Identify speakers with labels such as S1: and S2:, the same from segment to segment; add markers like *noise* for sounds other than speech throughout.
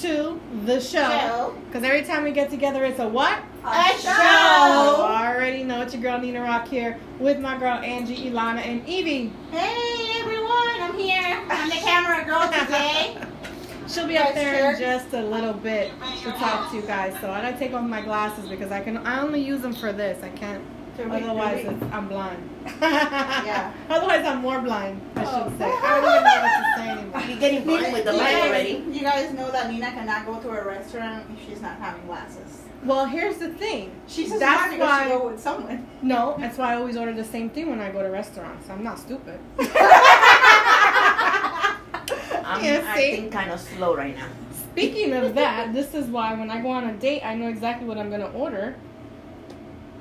S1: to the show.
S2: Show.
S1: Because every time we get together, it's a what?
S2: A
S1: You
S2: show.
S1: already know it's your girl Nina Rock here with my girl Angie, Ilana, and Evie.
S2: Hey everyone, I'm here.
S1: *sighs*
S2: I'm the camera girl today.
S1: *laughs* She'll be up
S2: Yes,
S1: there in
S2: sir.
S1: just a little bit to talk to you guys. So I gotta take off my glasses because I can. I only use them for this. I can't. Otherwise, it's, I'm blind. yeah. *laughs* Otherwise, I'm more blind. I
S2: Oh.
S1: should say. I don't even know what to say anymore.
S2: *laughs*
S3: You're getting blind with the light
S2: guys, *laughs*
S3: already.
S2: You guys know that Nina cannot go to a restaurant if she's not having glasses.
S1: Well, here's the thing.
S2: She's just
S1: That's
S2: not going
S1: why-
S2: to go
S1: *laughs*
S2: with someone.
S1: No, that's why I always order the same thing when I go to restaurants. I'm not
S2: *laughs*
S1: stupid.
S3: I'm
S1: Yeah, see?
S3: acting kind of slow right now.
S1: Speaking of that, this is why when I go on a date, I know exactly what I'm gonna order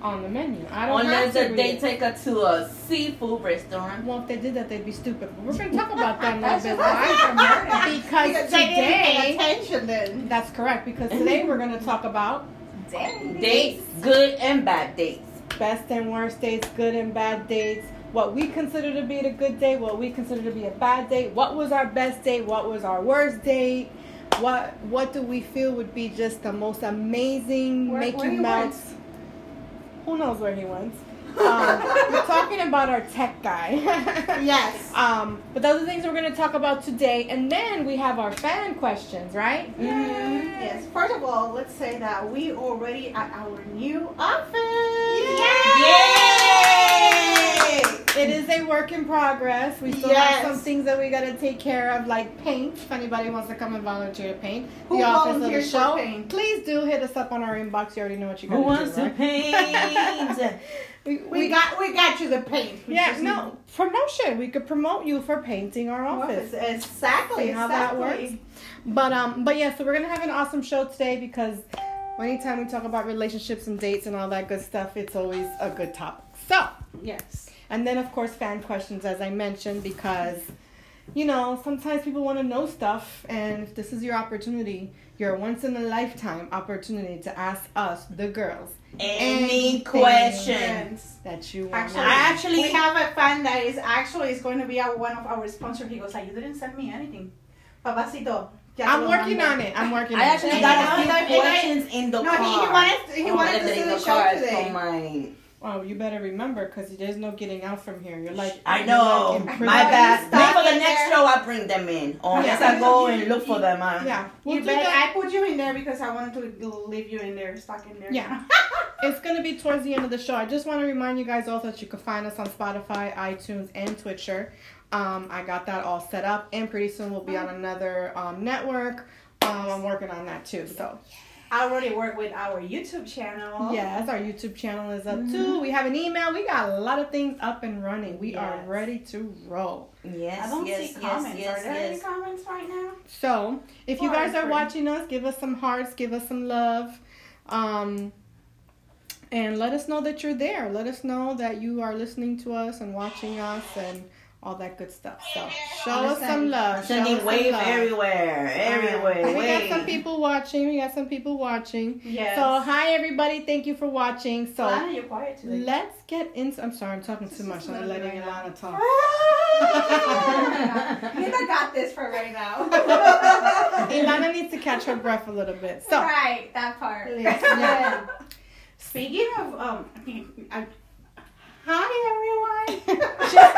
S1: on the menu. I don't
S3: Unless
S1: have to
S3: the
S1: read
S3: they
S1: it.
S3: take us to a seafood restaurant.
S1: Well, if they did that, they'd be stupid. But we're gonna talk about that in
S2: *laughs*
S1: a little bit.
S2: Because
S1: Why? Because
S2: they didn't pay
S1: today,
S2: attention then.
S1: that's correct. Because today we're gonna talk about
S3: Dates, good and bad dates.
S1: best and worst dates, good and bad dates, what we consider to be a good date, what we consider to be a bad date, what was our best date, what was our worst date, what what do we feel would be just the most amazing
S2: Where-
S1: make
S2: where
S1: you
S2: he
S1: melt. Who knows where he went?
S2: *laughs*
S1: Um, we're talking about our tech guy. *laughs*
S2: Yes.
S1: Um, but those are the things we're going to talk about today, and then we have our fan questions, right?
S2: Mm-hmm. Yes. First of all, let's say that we already at our new office.
S3: Yay!
S1: It is a work in progress. We still
S2: Yes.
S1: have some things that we gotta take care of, like paint. If anybody wants to come and volunteer to paint,
S2: Who
S1: the office of the
S2: volunteers for
S1: show,
S2: paint?
S1: please do hit us up on our inbox. You already know what you
S3: Who
S1: gotta
S3: wants
S1: do.
S3: to
S1: right?
S2: *laughs*
S3: paint?
S1: We,
S2: We,
S1: we-
S2: got we got you the paint. We
S1: yeah,
S2: just need
S1: no promotion. We could promote you for painting our
S2: the
S1: office.
S2: office. Exactly.
S1: See how that
S2: exactly.
S1: works? But um, but yeah, so we're gonna have an awesome show today because anytime we talk about relationships and dates and all that good stuff, it's always a good topic. So.
S2: Yes.
S1: And then, of course, fan questions, as I mentioned, because, you know, sometimes people want to know stuff, and if this is your opportunity, your once in a lifetime opportunity to ask us, the girls,
S3: Any
S1: Anything.
S3: question?
S2: Friends.
S1: that you want.
S2: Actually,
S3: I actually-
S2: we have a fan that is actually is going to be our, one of our sponsors. He goes like, you didn't send me anything, papacito. ya te
S1: I'm
S2: lo
S1: working
S2: mando."
S1: on it. I'm working on
S3: I actually
S1: it.
S3: got
S2: Yeah.
S3: a few questions in the
S2: No,
S3: car.
S2: he, he wanted he
S3: Oh,
S2: wanted
S3: and
S2: to
S3: then
S2: see
S3: in
S2: the,
S3: car,
S2: show
S3: I told
S2: today.
S3: my-
S1: Well, you better remember, because there's no getting out from here. You're like,
S3: I know.
S1: you're like in prison.
S3: My bad.
S2: Stop
S3: Maybe for the
S2: it
S3: next
S2: there.
S3: show, I bring them in. Or
S1: Yeah.
S3: unless I go and look for them. uh,
S1: Yeah. We'll
S2: you
S1: do
S2: bet.
S1: that.
S2: I put you in there because I wanted to leave you in there, stuck in there.
S1: Yeah. It's going to be towards the end of the show. I just want to remind you guys also that you can find us on Spotify, iTunes, and Twitcher. Um, I got that all set up, and pretty soon we'll be on another um, network. Um, I'm working on that too. So,
S2: *laughs* I already work with our YouTube channel.
S1: yes, our YouTube channel is up too. We have an email. We got a lot of things up and running. We are
S2: Yes.
S1: ready to roll.
S2: I
S3: Yes,
S2: don't
S3: yes,
S2: see
S3: yes,
S2: comments.
S3: yes,
S2: Are there
S3: yes.
S2: any comments right now?
S1: So, if you
S2: Or
S1: guys are
S2: free.
S1: watching us, give us some hearts, give us some love, um, and let us know that you're there. Let us know that you are listening to us and watching us and all that good stuff. So, show us some love. Show us
S3: Sending
S1: some
S3: wave
S1: love.
S3: everywhere, everywhere.
S1: We got
S3: wave.
S1: some people watching. We got some people watching.
S2: Yes.
S1: So, hi everybody. Thank you for watching. So,
S2: Lana, you're quiet today.
S1: let's get into. I'm sorry, I'm talking too much. I'm letting Ilana
S2: *laughs*
S1: talk.
S2: Nina got this for right *laughs* now.
S1: Ilana needs to catch her breath a little bit. So,
S2: right, that part. *laughs*
S1: Yeah.
S2: Speaking of, um, I, hi *laughs* everyone.
S1: she's,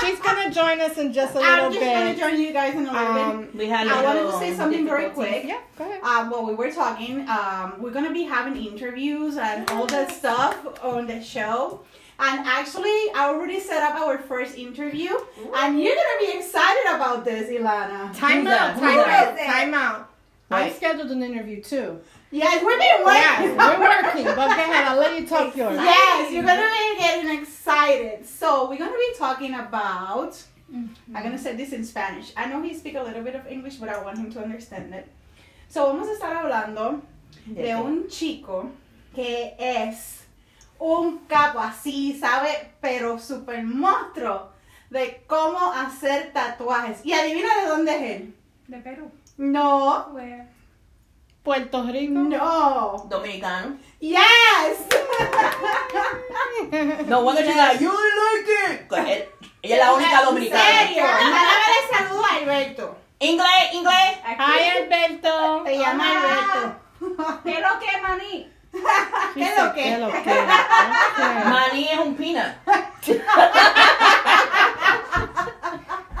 S1: she's gonna join us in just a little
S2: I'm just gonna
S1: bit.
S2: join you guys in a little bit.
S1: Um,
S3: We had
S2: I wanted to
S3: little
S2: say something very
S3: difficulties.
S2: quick.
S1: yeah, go ahead.
S2: Um, while we were talking, um, we're gonna be having interviews and all that stuff on the show. And actually, I already set up our first interview, and you're gonna be excited about this, Ilana.
S1: Time
S3: Who's
S1: out,
S3: that?
S1: time
S3: Who
S1: out,
S2: is it?
S1: time out. I
S3: Right.
S1: scheduled an interview too.
S2: Yes, we've been
S1: Yes,
S2: working.
S1: we're working, but go ahead, I'll let you talk yours.
S2: Yes, you're gonna be getting excited. So we're gonna be talking about. I'm
S4: Mm-hmm.
S2: gonna say this in Spanish. I know he speaks a little bit of English, but I want him to understand it. So vamos a estar hablando de un chico que es un capo así, ¿sabe? Pero super monstruo de cómo hacer tatuajes. Y adivina de dónde es él.
S4: De Perú.
S2: No,
S4: Where?
S1: Puerto Rico.
S2: no.
S3: Dominicano.
S2: Yes. *laughs*
S3: No wonder she's like, you didn't like it. Go ahead. Ella es la única dominicana.
S2: En serio. Mándame el saludo a Alberto.
S3: Inglés, inglés.
S2: Aquí.
S1: Hi Alberto.
S2: llama
S4: Mamá.
S2: Alberto.
S4: ¿Qué es lo que es maní?
S1: She
S2: *laughs* ¿Qué es
S1: said,
S2: lo que?
S1: "¿Qué es lo que?" Okay. *laughs*
S3: Maní es un peanut.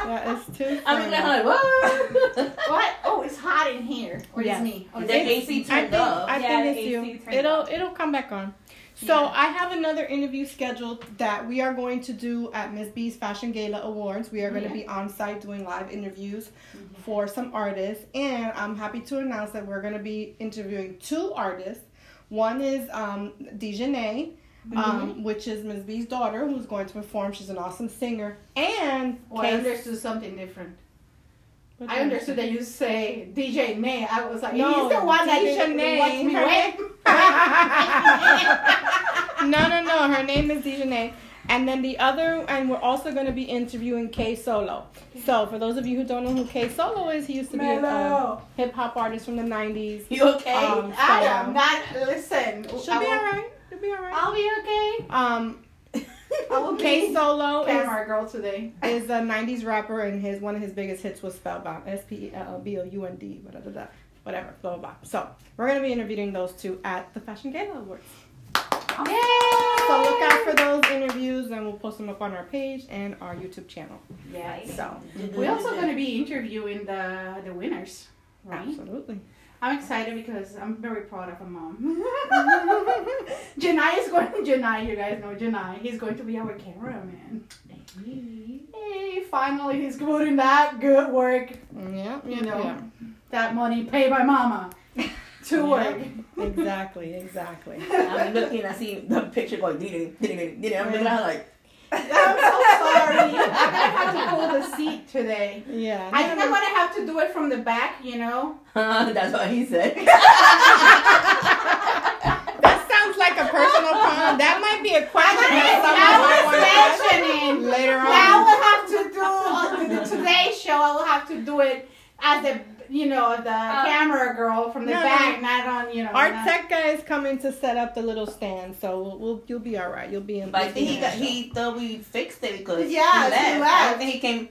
S1: That is too
S3: I'm
S1: funny.
S3: like, what?
S2: What? Oh, it's hot in here. Or
S1: Yeah.
S2: it's me. Or
S3: The
S2: it's-
S3: AC
S1: I
S3: turned
S1: think,
S3: up.
S1: I
S4: Yeah,
S1: think it's
S4: the AC
S1: you.
S4: turned
S1: It'll
S4: up.
S1: it'll come back on. So
S4: Yeah.
S1: I have another interview scheduled that we are going to do at Miss B's Fashion Gala Awards. We are going to be on site doing live interviews
S2: Mm-hmm.
S1: for some artists, and I'm happy to announce that we're going to be interviewing two artists. One is um, Dejanay, um,
S2: Mm-hmm.
S1: which is Miss B's daughter, who's going to perform. She's an awesome singer, and
S2: Well, I understood something different.
S1: What
S2: I
S1: did
S2: understood that you say DJ May. I was like,
S1: No,
S2: he's the one that
S1: DJ
S2: DJ
S1: May.
S2: May. Watch me
S1: Her *laughs*
S2: *laughs* win.
S1: No, no, no. Her name is Dejanay. And then the other, and we're also going to be interviewing K Solo. So, for those of you who don't know who K Solo is, he used
S2: *laughs*
S1: to be a
S2: Mellow.
S1: hip hop artist from the 90s.
S3: You okay?
S1: Um, so,
S2: I am not. Listen,
S1: She'll
S2: I
S1: be
S2: will-
S1: alright. She'll be alright.
S2: I'll be okay.
S1: Um,
S2: I will
S1: K
S2: be
S1: Solo is,
S2: camera girl today.
S1: is a 90s rapper, and his one of his biggest hits was Spellbound. S P E L L B O U N D, whatever that. Whatever, blah, blah, blah. So, we're going to be interviewing those two at the Fashion Gala Awards. So, look out for those interviews, and we'll post them up on our page and our YouTube channel.
S4: Yes.
S1: So,
S2: We're also going to be interviewing the the winners, right?
S1: *laughs* absolutely.
S2: I'm excited because I'm very proud of a mom.
S1: *laughs*
S2: *laughs* Janai is going. Janai, you guys know Janai. He's going to be our cameraman. Hey, finally he's doing that good work.
S1: Yeah,
S2: You know, that money paid by
S1: *laughs*
S2: mama to
S1: Yeah.
S2: work.
S1: exactly, exactly.
S3: I'm looking, I see the picture going, diddy, diddy, diddy, diddy. I'm looking at her like,
S2: I'm so sorry. I'm gonna have to hold the seat today.
S1: Yeah.
S2: I think I'm gonna have to do it from the back, you know.
S3: huh, that's what he said.
S1: that sounds like a *laughs* personal problem. That might be a question
S2: I
S1: that
S2: was mentioning
S1: someone might want to ask later on.
S2: that I will have to do the, the Today Show. I will have to do it as a you know the camera girl from the
S1: Uh, no, no.
S2: back, not on you know.
S1: Our
S2: not-
S1: tech guy is coming to set up the little stand, so we'll, we'll you'll be all right. You'll be in.
S3: But I think he,
S1: in
S3: got,
S1: the show.
S3: he thought we fixed it because
S2: Yes,
S3: he,
S2: he
S3: left. I don't
S2: left.
S3: think he came.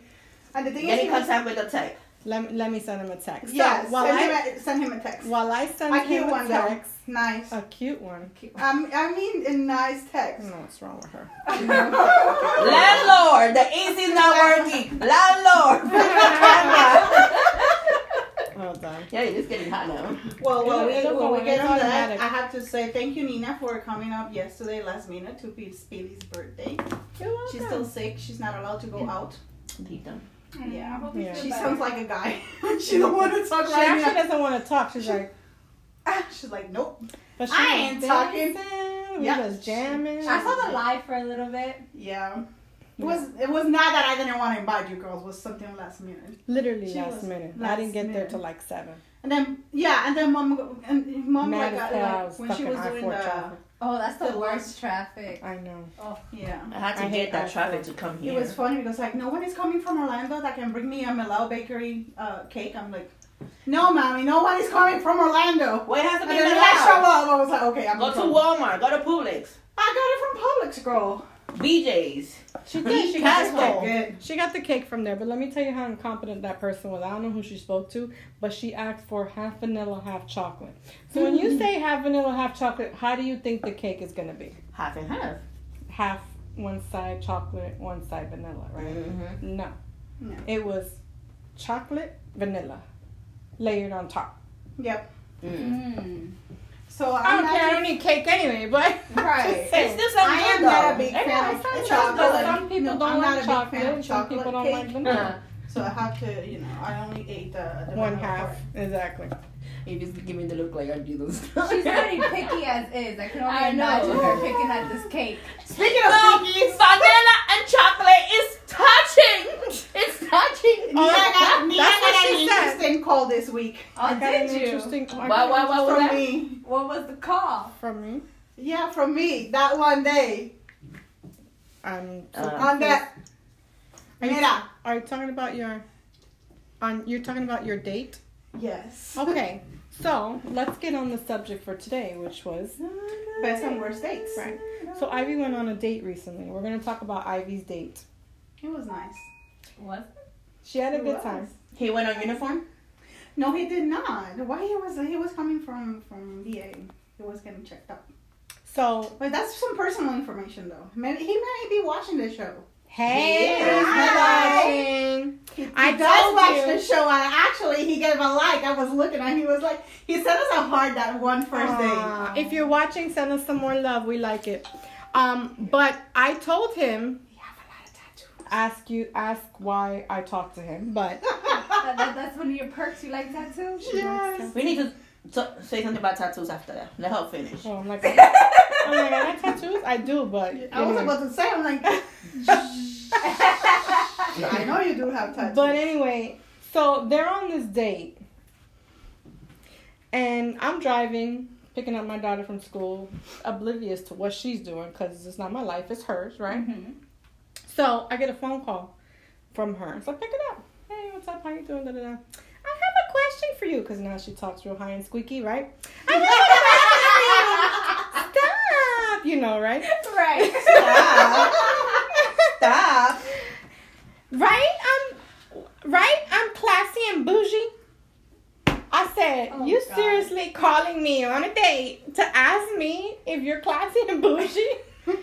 S2: And the thing
S3: Get in
S2: is,
S3: contact with the tech.
S1: Let, me- let me send him a text. So,
S2: yeah,
S1: while
S2: send,
S1: I
S2: him a, send him a text.
S1: while I send
S2: I
S1: him
S2: cute
S1: a
S2: one though.
S1: text,
S2: Nice.
S1: a cute one.
S2: Um, I mean, a nice
S1: I
S2: text. *laughs*
S1: don't know what's wrong with *laughs* her.
S3: Landlord, the AC is *laughs* not working. Landlord. *laughs*
S1: Well done.
S3: yeah, it's getting hot now.
S2: Well, well, we,
S1: It'll- it'll
S2: well,
S1: go
S2: we
S1: in.
S2: get
S1: It's
S2: on that.
S1: automatic.
S2: I have to say thank you, Nina, for coming up yesterday, last minute, to be Speedy's birthday. She's still sick. She's not allowed to go out. Yeah.
S4: I hope
S1: Yeah.
S4: you feel
S2: She
S4: better.
S2: sounds like a guy. *laughs* she don't want to talk
S1: She
S2: right
S1: actually
S2: now.
S1: doesn't want to talk. She's like,
S2: *laughs* She's like, nope.
S1: but she
S2: I
S1: was
S2: ain't talking.
S1: dancing, We
S2: Yeah.
S1: was jamming.
S4: I saw the live for a little bit.
S2: Yeah. It was it was not that I didn't want to invite you girls. It was something last minute.
S1: Literally
S2: She
S1: last
S2: was
S1: minute. I
S2: last
S1: didn't get there
S2: minute.
S1: till like seven.
S2: And then yeah, and then mom go- and mom
S1: Mad
S2: like,
S1: as
S2: got,
S1: hell, I
S2: Oh like
S1: was
S2: when she
S1: stuck in
S2: was
S1: I-4
S2: doing the
S1: traffic.
S4: Oh, that's
S2: the
S4: the
S2: worst
S4: worst traffic.
S1: I know.
S2: yeah.
S3: I had to
S1: I hate
S3: get that
S1: iPhone.
S3: traffic to come here.
S2: It was funny because like no one is coming from Orlando that can bring me a Milao Bakery uh, cake. I'm like, no, mommy, no one is coming from Orlando.
S3: Well, it has to
S2: And
S3: be
S2: then when I show
S3: Landlord.
S2: up, I was like, okay, I'm
S3: Go
S2: in
S3: to
S2: trouble.
S3: Walmart. Go to Publix.
S2: I got it from Publix, girl. Oh.
S3: BJ's.
S1: She
S3: did,
S1: did. She got,
S3: That's
S1: the
S3: cool.
S1: cake.
S2: Good.
S1: she got the cake from there, but let me tell you how incompetent that person was. I don't know who she spoke to, but she asked for half vanilla, half chocolate. So when
S2: Mm-hmm.
S1: you say half vanilla, half chocolate, how do you think the cake is going to be?
S3: Half and half.
S1: Half one side chocolate, one side vanilla, right?
S3: Mm-hmm.
S1: No.
S2: No.
S1: It was chocolate, vanilla, layered on top.
S2: Yep.
S3: Mm.
S4: Mm.
S2: So I'm
S1: I don't
S2: not
S1: care. I don't eat cake anyway, but *laughs*
S2: Right.
S3: It's still something
S2: I am
S3: good,
S2: not a
S3: though.
S2: big fan
S1: Everyone
S2: of
S1: says
S2: chocolate.
S1: chocolate. Some people
S2: No,
S1: don't
S2: I'm not a
S1: like
S2: big fan
S1: chocolate. Uh-huh.
S2: of
S1: Some people
S2: chocolate
S1: don't like
S2: cake.
S3: Mm-hmm. *laughs*
S1: vanilla.
S2: so I have to, you know, I only ate the, the
S1: One
S2: vanilla
S1: half,
S2: part.
S1: exactly.
S3: You just give me the look like I do those.
S4: She's already picky as is. I can only
S3: I know.
S4: imagine her picking at this cake.
S3: Speaking of cookies, vanilla and chocolate is touching. It's touching.
S1: Oh,
S2: Nina got, Nina
S1: that's what
S2: got an
S1: she said.
S2: interesting call this week
S4: Oh,
S1: I got an
S4: did you?
S1: interesting. I
S3: Why-
S1: got
S3: why-
S1: an
S3: why was
S2: from
S3: that?
S2: me.
S4: What was the call?
S1: From me,
S2: Yeah, from me that one day
S1: I'm.
S3: Uh,
S2: on that.
S1: Are you-
S2: Mira.
S1: Um, Are you talking about your? On you're talking about your date.
S2: Yes.
S1: Okay, so let's get on the subject for today, which was
S2: Best and worst dates.
S1: right. So Ivy went on a date recently. We're gonna talk about Ivy's date.
S2: It was nice.
S4: What?
S1: She had a
S2: It
S1: good
S2: was.
S1: time.
S3: he went on uniform.
S2: No, he did not. Why he was he was coming from from VA. He was getting checked up.
S1: So
S2: But that's some personal information though. Maybe he might be watching the show.
S1: hey,
S2: Yeah.
S1: who's
S2: Hi.
S1: watching?
S2: He, he
S1: I
S2: does
S1: told
S2: watch
S1: you.
S2: the show, and actually, he gave a like. I was looking, and he was like, he sent us a heart that one first day.
S1: Aw, If you're watching, send us some more love. We like it. Um, but I told him
S2: We have a lot of tattoos.
S1: ask you ask why I talked to him, but *laughs*
S4: That, that, that's one of your perks. You like tattoos?
S2: Yes.
S3: *laughs* We need to t- say something about tattoos after that. Let her finish.
S1: oh, I'm like, oh my god, I have tattoos. I do, but
S2: I was
S1: anyway.
S2: about to say, I'm like, I know you do have tattoos.
S1: But
S2: *laughs*
S1: anyway, so they're on this date, and I'm driving, picking up my daughter from school, oblivious to what she's doing because it's not my life, it's hers, right? So I get a phone call from her, so I pick it up. Hey, what's up? How you doing? Da, da, da. I have a question for you because now she talks real high and squeaky, right? I have a question for you. Stop, you know, right?
S4: *laughs* Right.
S3: Stop.
S1: Right? I'm right? I'm classy and bougie. I said,
S4: Oh,
S1: you
S4: God.
S1: seriously calling me on a date to ask me if you're classy and bougie?
S2: *laughs*
S1: yes,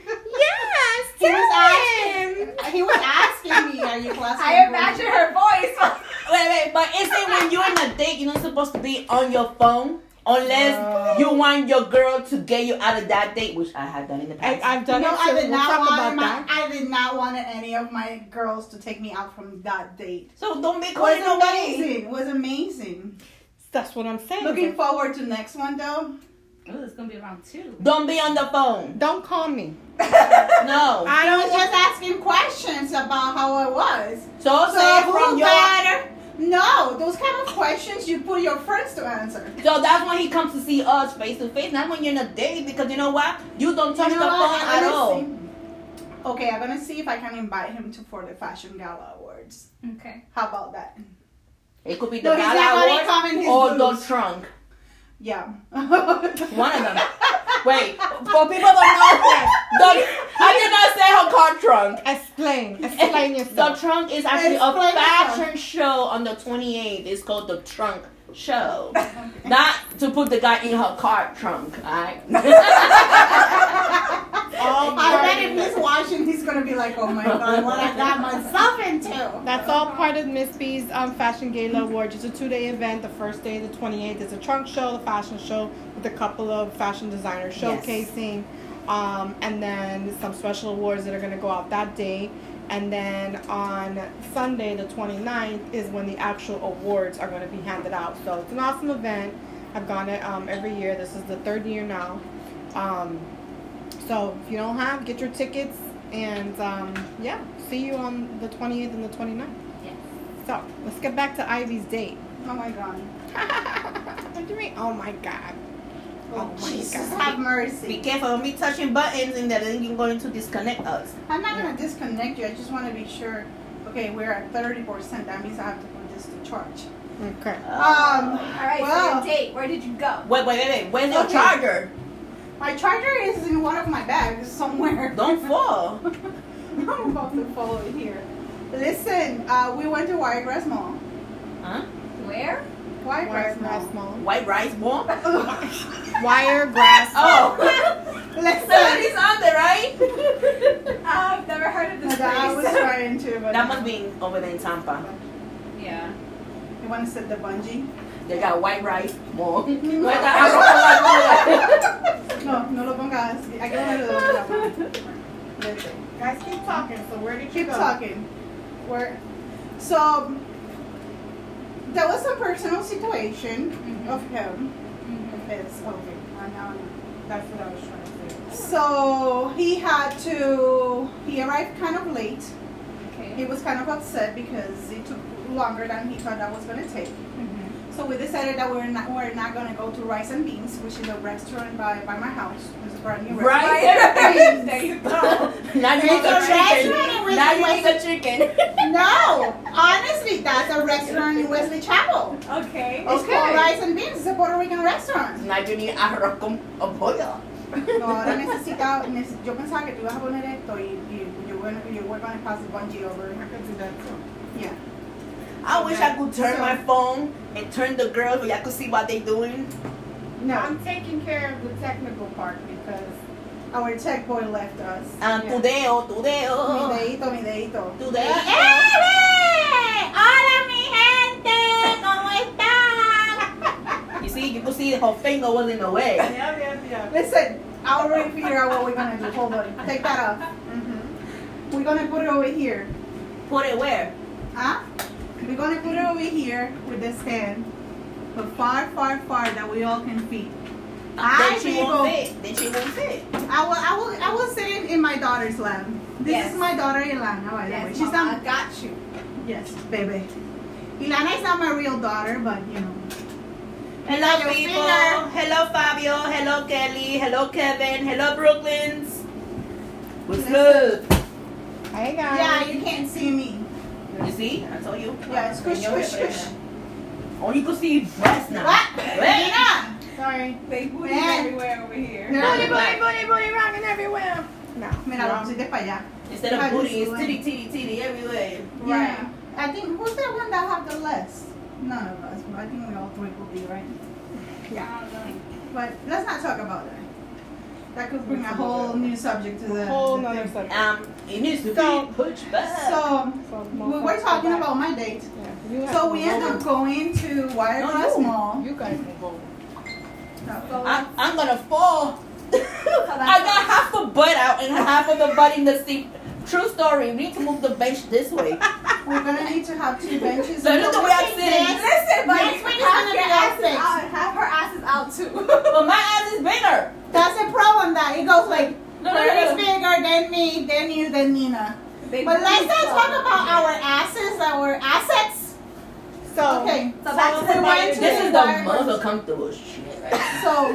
S2: He was
S1: Dylan.
S2: he was asking me, "Are you classy?"
S4: I imagine her voice. *laughs*
S3: Wait, wait, but is it when you're on a date, you're not supposed to be on your phone? Unless you want your girl to get you out of that date, which I have done in the
S1: I,
S3: past.
S1: I've done
S2: No,
S1: it.
S2: I
S1: too.
S2: did
S1: We'll
S2: not
S1: talk
S2: want
S1: about
S2: my.
S1: that.
S2: I did not want any of my girls to take me out from that date.
S3: so don't be
S2: It was
S3: calling nobody.
S2: amazing. It was amazing.
S1: That's what I'm saying.
S2: Looking forward to next one though.
S4: Oh, it's gonna be around two.
S3: Don't be on the
S2: *laughs*
S3: phone.
S1: don't call me.
S3: No.
S1: I
S2: I
S1: don't
S2: was just asking questions about how it was.
S3: So
S2: So
S3: say
S2: who
S3: from your.
S2: better? No, those kind of questions you put your friends to answer.
S3: So that's when he comes to see us face to face, not when you're in a date, because you know what? You don't touch
S2: You know
S3: the
S2: what?
S3: phone
S2: I'm
S3: at
S2: gonna
S3: all.
S2: see- Okay, I'm gonna see if I can invite him to for the Fashion Gala Awards.
S4: Okay.
S2: How about that?
S3: It could be the
S2: No, he's not
S3: gala
S2: gonna
S3: award
S2: come in his
S3: or the
S2: boots.
S3: trunk.
S2: Yeah.
S3: *laughs* One
S2: *laughs*
S3: of them. Wait, for people that
S2: *laughs*
S3: don't know, the, I did not say her car trunk.
S1: explain.
S2: *laughs*
S1: Explain
S3: The
S1: yourself.
S3: Trunk is actually
S2: Explain
S3: a
S2: the
S3: fashion show on the 28th. It's called the Trunk Show. Not to put the guy in her car trunk, alright? Oh
S2: I bet if he's watching, he's gonna be like, "Oh
S3: *laughs*
S2: my god, what I got myself into."
S1: That's all part of Miss B's um, Fashion Gala Awards. It's a two-day event. The first day, the 28th, is a trunk show, the fashion show with a couple of fashion designers
S3: Yes.
S1: showcasing, um, and then some special awards that are going to go out that day. And then on Sunday, the 29th, is when the actual awards are going to be handed out. So it's an awesome event. I've gone it um, every year. This is the third year now. Um, so if you don't have, get your tickets. And um, yeah, see you on the 28th and the 29th.
S4: Yes.
S1: So let's get back to Ivy's date.
S2: Oh my god.
S1: what do you mean? Oh my god.
S2: Oh,
S1: my
S2: Jesus,
S1: God.
S2: have
S3: Be
S2: mercy.
S3: careful of me touching buttons and then you're going to disconnect us.
S2: I'm not gonna disconnect you. I just want to be sure. Okay, we're at 30%. That means I have to put this to charge.
S1: Okay.
S2: Um,
S4: All right.
S2: Well-
S4: so your date. Where did you go?
S3: Wait, wait, wait, wait. Where's your
S2: Okay.
S3: charger?
S2: my charger is in one of my bags somewhere.
S3: *laughs* Don't fall.
S2: I'm about to follow it here. Listen, uh, we went to Wiregrass Mall.
S3: Huh?
S4: Where?
S1: Wire
S2: Wiregrass
S1: grass
S2: Mall.
S1: mall.
S3: White rice
S2: *laughs*
S3: bomb?
S1: Wire grass.
S3: Oh.
S2: Listen,
S3: Somebody's on there, right?
S4: I've never heard of this place.
S2: I was trying to, but
S3: *laughs* That must be over there in Tampa.
S4: *laughs* yeah.
S2: you want to set the bungee?
S3: They got white rice bomb.
S2: *laughs*
S3: Where's that arrow?
S2: No, no lo pongas. I can only do that. Listen.
S1: Guys, keep talking. So where did
S2: Keep talking. We're so there was a personal situation
S4: Mm-hmm.
S2: of him.
S4: Mhm.
S2: It's okay. I know. That's what I was trying to do. So he had to. He arrived kind of late. He
S4: Okay.
S2: was kind of upset because it took longer than he thought that was gonna take.
S4: Mhm.
S2: So we decided that we're not we're not gonna go to Rice and Beans, which is a restaurant by by my house. It's a brand new
S3: Right.
S2: restaurant.
S4: Right. *laughs* there you go.
S3: Now you want the chicken. Now you want the
S4: *laughs*
S3: chicken.
S2: No, honestly, that's a restaurant in Wesley Chapel.
S4: Okay.
S2: It's called Rice and Beans. It's a Puerto Rican restaurant.
S3: Now you need arroz con pollo.
S2: No, ahora necesitaba, neces- yo pensaba que tú ibas a poner esto y, y you were, you were going to pass the bungee over.
S1: I could do that too.
S2: Yeah.
S3: *laughs* I wish I could turn
S1: So-
S3: my phone and turn the girls so y'all could see what they doing.
S2: No,
S5: I'm taking care of the technical part
S1: *laughs*
S5: because
S2: our tech boy left us.
S3: And
S5: Yeah.
S3: Um, tudeo, tudeo,
S2: Mi deito, mi deito.
S3: tudeo.
S4: ¡Eh! ¡Hola, mi gente! ¿Cómo están?
S3: You see, you could see her finger was in
S4: *laughs*
S3: the way.
S1: Yeah, yeah, yeah.
S2: Listen, I already figured out what we're gonna do. Hold on, take that off. Mm-hmm. We're gonna put it over here.
S3: Put it where?
S2: Huh? We're gonna put it over here with this hand, but far, far, far that we all can fit. I
S3: then she won't
S2: people,
S3: fit. Then she won't fit.
S2: I will, I will, I will sit in, in my daughter's lap. This
S4: Yes.
S2: is my daughter Ilana, by the way.
S4: Yes,
S2: She's
S4: Mama,
S2: not,
S4: I got you.
S2: yes, baby. Ilana is not my real daughter, but you know.
S3: Hello,
S2: Your
S3: people.
S2: finger.
S3: Hello, Fabio. Hello, Kelly. Hello, Kevin. Hello, Brooklyns. What's
S2: Listen.
S3: good?
S1: Hey guys.
S2: Yeah, you can't see me.
S3: You see? I told you.
S2: Yeah, squish,
S3: Your-
S2: squish, squish.
S3: Oh, you could see breasts now.
S2: What?
S3: Wait.
S2: Ilana!
S1: Sorry.
S4: Big booty
S2: Man.
S4: everywhere over here.
S2: No.
S1: Booty, booty, booty, booty, rocking everywhere. No.
S2: Mira,
S1: no.
S2: vamos a ir para allá.
S3: Instead
S2: I
S3: of booty,
S2: just
S3: it's
S2: went.
S3: titty, titty, titty everywhere.
S2: Yeah. I think who's that one that have the less? None of us, but I think we all three will be right.
S4: I don't know.
S2: But let's not talk about that. That could bring a whole new subject to the
S1: Whole
S2: the
S1: nother
S2: thing.
S1: subject.
S3: Um, it needs to
S1: So-
S3: be pushed back.
S2: So
S1: So,
S2: we were talking about my date.
S1: Yeah, you have
S2: So
S1: to
S2: we
S1: go
S2: end up going to Wirecross
S3: you.
S2: Mall.
S1: You guys can go.
S2: So
S3: I'm, I'm gonna fall. I got half the butt out and half of the butt in the seat. True story. We need to move the bench
S2: *laughs*
S3: this way.
S2: we're gonna need to have two benches.
S3: So
S2: in
S3: look the way I'm sitting.
S4: Listen, buddy.
S5: Next week is
S4: half
S5: gonna
S4: your
S5: be our
S4: asses
S5: six.
S4: out. Half her ass is out too.
S3: But my ass is bigger.
S2: That's a problem. That it goes like
S3: No, no, no,
S2: Bernie's
S3: no.
S2: bigger than me, then you, then Nina.
S4: Big
S2: But let's
S4: booty
S2: not
S4: club.
S2: talk about our asses, our assets.
S1: So
S2: Okay.
S4: So that's
S2: we
S4: the
S2: went to
S3: This is the
S2: Wirecross-
S3: most comfortable shit. Right?
S2: So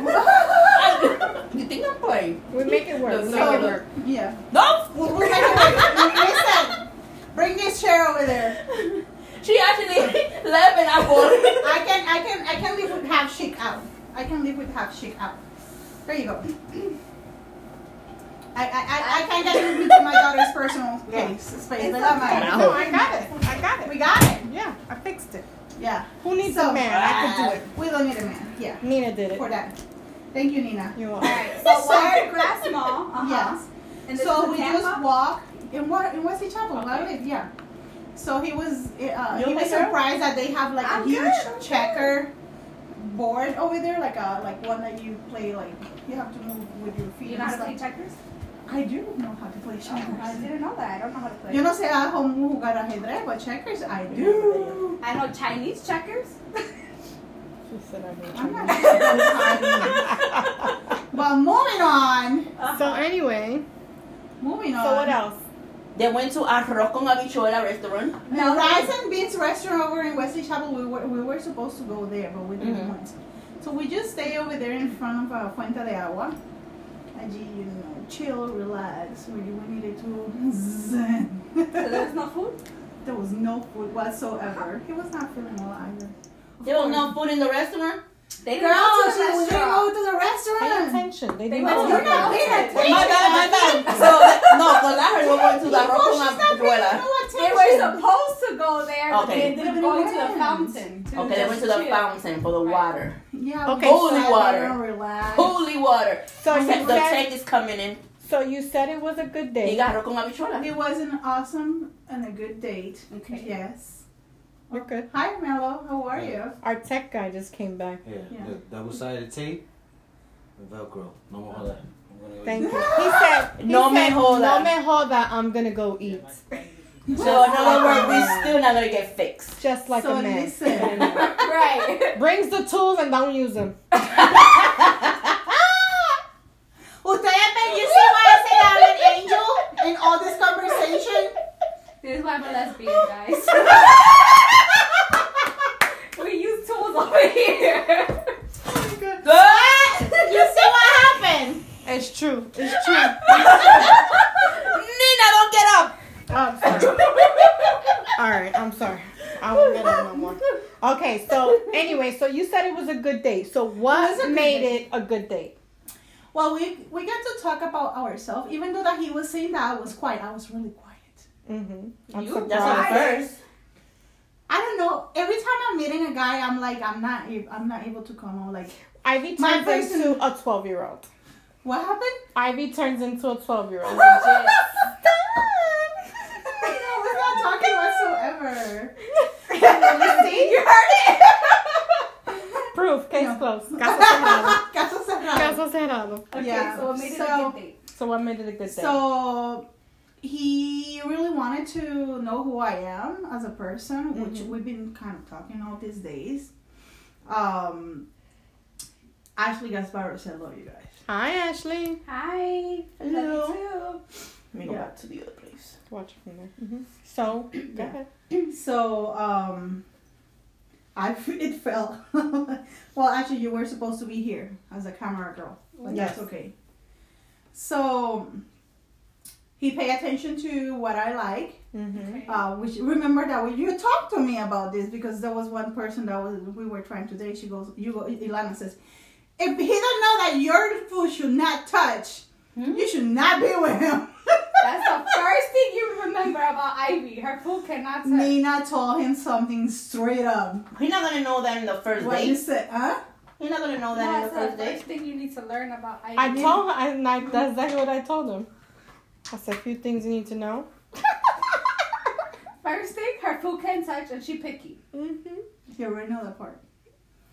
S3: *laughs* you think I'm playing?
S1: we make it work.
S3: No,
S1: make
S2: *laughs*
S3: no,
S1: it
S3: no.
S1: work.
S2: yeah.
S3: No.
S2: Well, we'll take it away. Listen, bring this chair over there.
S3: She actually *laughs* left and I fall.
S2: I can, I can, I can live with half chic out. I can live with half chic out. There you go. *clears throat* I, I, I, I kind of live with my daughter's personal space. space. but not mine.
S1: No, I got it. I got it.
S2: We got it.
S1: Yeah, I fixed it.
S2: Yeah.
S1: Who needs
S2: So-
S1: a man? I could do
S2: We don't need a man. Yeah.
S1: it. Nina did it.
S2: For that. Thank you, Nina.
S1: You
S4: All
S1: are.
S4: right. So Wirecross
S2: *laughs*
S4: Mall. Uh-huh.
S2: Yes.
S4: And this
S2: So
S4: is
S2: we
S4: Tampa?
S2: just walk in what in Wesley Chapel, right? Yeah. So he was uh,
S3: You
S2: he was
S3: okay, girl?
S2: surprised that they have like
S4: I'm
S2: a huge
S4: good, I'm
S2: checker board over there, like a like one that you play like you have to move with your feet
S4: You know
S2: and
S4: how to
S2: stuff.
S4: play checkers?
S2: I do know how to play
S4: Oh, I
S2: checkers.
S4: didn't know that. I don't know how to play.
S2: Yo no sé a cómo jugar ajedrez, but checkers I do.
S4: I know Chinese checkers. *laughs* Uh-huh.
S1: She said I didn't
S2: I'm
S1: try
S2: not sure about
S4: *laughs*
S2: timing. But moving on,
S1: it. So anyway,
S2: moving on.
S1: so what else?
S3: *laughs* They went to Arroz con Habichuela restaurant.
S2: Now, Rice and Beans restaurant over in Wesley Chapel, we were, we were supposed to go there, but we didn't
S1: Mhm.
S2: want to. So we just stay over there in front of uh, Fuente de Agua. And you you know, chill, relax. We, we needed to zen. *laughs*
S4: So there was no food?
S2: there was no food whatsoever. He was not feeling well either.
S3: There was no food in the restaurant.
S4: They
S2: Girl,
S4: went
S2: she
S4: to the
S2: was
S4: restaurant.
S2: go to the
S1: Pay
S2: restaurant.
S1: attention. They
S4: They
S1: didn't
S4: went
S1: go
S4: to the
S2: You're not
S1: there.
S2: paying
S4: restaurant.
S2: attention.
S3: *laughs* My bad, my bad. So, no, because I heard we went to the
S2: Well,
S3: Arroz
S2: she's
S3: con
S2: not paying
S3: Habichuela.
S4: They
S2: no
S4: were
S2: attention.
S4: supposed to go there, but they
S3: Okay.
S4: didn't go to the
S2: Yes.
S4: fountain. To
S3: Okay, they went
S4: just
S3: to the
S4: chill.
S3: fountain for the
S4: Right.
S3: water.
S2: Yeah, we
S1: Okay,
S2: just
S3: holy
S2: sat there
S3: water.
S2: and relaxed.
S3: Holy water. *laughs*
S1: So
S3: the
S1: you
S3: the
S1: said
S3: check is coming in.
S1: so you said it was a good
S3: They
S1: day.
S3: got arroz con habichuela.
S2: It was an awesome and a good date.
S4: Okay.
S2: Yes.
S1: You're good.
S2: Hi, Mello. How are you?
S1: Our tech guy just came back.
S6: Yeah,
S2: Yeah.
S6: the double sided tape and Velcro. No more of that. I'm gonna go
S1: Thank
S2: *laughs*
S6: eat.
S1: you. He said he
S3: No me
S1: said,
S3: joda.
S1: No me joda, I'm gonna go eat.
S3: So in other words, we still not gonna get fixed. *laughs*
S1: Just like
S2: so
S1: a man.
S2: listen. *laughs*
S4: Right. *laughs*
S1: Brings the tools and don't use them.
S3: *laughs*
S2: Ustedes ven, you see why I said I'm an angel in all this conversation?
S4: This is why I'm a lesbian,
S3: *laughs*
S2: *laughs*
S4: guys. we use tools over here. *laughs*
S3: Good.
S2: You see what happened?
S1: It's true. It's true.
S3: *laughs* Nina, don't get up.
S1: Oh, I'm
S3: *laughs*
S1: sorry. *laughs* All right, I'm sorry. I won't get up no more. Okay, so anyway, so you said it was a good date. So
S2: It was a
S1: what
S2: good
S1: made
S2: date.
S1: it a good date?
S2: Well, we we got to talk about ourselves, even though that he was saying that I was quiet. I was really quiet.
S1: Mm-hmm. I'm
S4: You-
S1: surprised.
S3: That's not
S4: Right.
S3: first.
S2: I don't know. Every time I'm meeting a guy, I'm like, I'm not, ab- I'm not able to come out. Like,
S1: Ivy
S2: My
S1: turns
S2: person-
S1: into a 12 year old.
S2: what
S1: *laughs*
S2: happened?
S1: Ivy turns into a 12 year
S2: *laughs*
S1: old.
S2: Stop! no, we're not talking
S1: *laughs*
S2: whatsoever. See, you heard it.
S1: Proof. Case
S2: No.
S1: closed. Caso cerrado.
S2: *laughs* Caso cerrado.
S1: Caso cerrado.
S4: Okay,
S2: Yeah.
S4: so it made it
S2: So-
S4: a good date.
S1: So what made it a good day?
S2: So he really wanted to know who I am as a person, which we've been kind of talking all these days. Um, Ashley Gasparo said hello, you guys.
S1: Hi Ashley.
S4: Hi.
S2: Hello.
S4: Love you
S3: Let me go
S2: Yeah.
S3: back to the other place.
S1: Watch it from there. hmm So go
S2: Yeah.
S1: ahead.
S2: So um, I *laughs* it fell. well, actually, you were supposed to be here as a camera girl, but that's okay. So he pay attention to what I like.
S1: Mm-hmm.
S4: too.
S2: Uh, which remember that when you talked to me about this because there was one person that was we were trying today. She goes, you go, Ilana says, if he don't know that your food should not touch,
S1: Hmm?
S2: you should not be with him.
S4: That's
S2: *laughs*
S4: the first thing you remember about Ivy. Her food cannot touch.
S2: Nina told him something straight up.
S3: He's not gonna know that in the first
S2: What you
S3: date.
S2: said, huh?
S3: He's not gonna know Oh, that
S4: That's
S3: in the
S4: the
S3: first
S4: first
S3: date.
S4: thing you need to learn about Ivy.
S1: I told her, and I, that's exactly what I told him. I said, a few things you need to know.
S4: First thing, her food can touch, and she picky.
S1: Mm-hmm.
S2: You already know that part.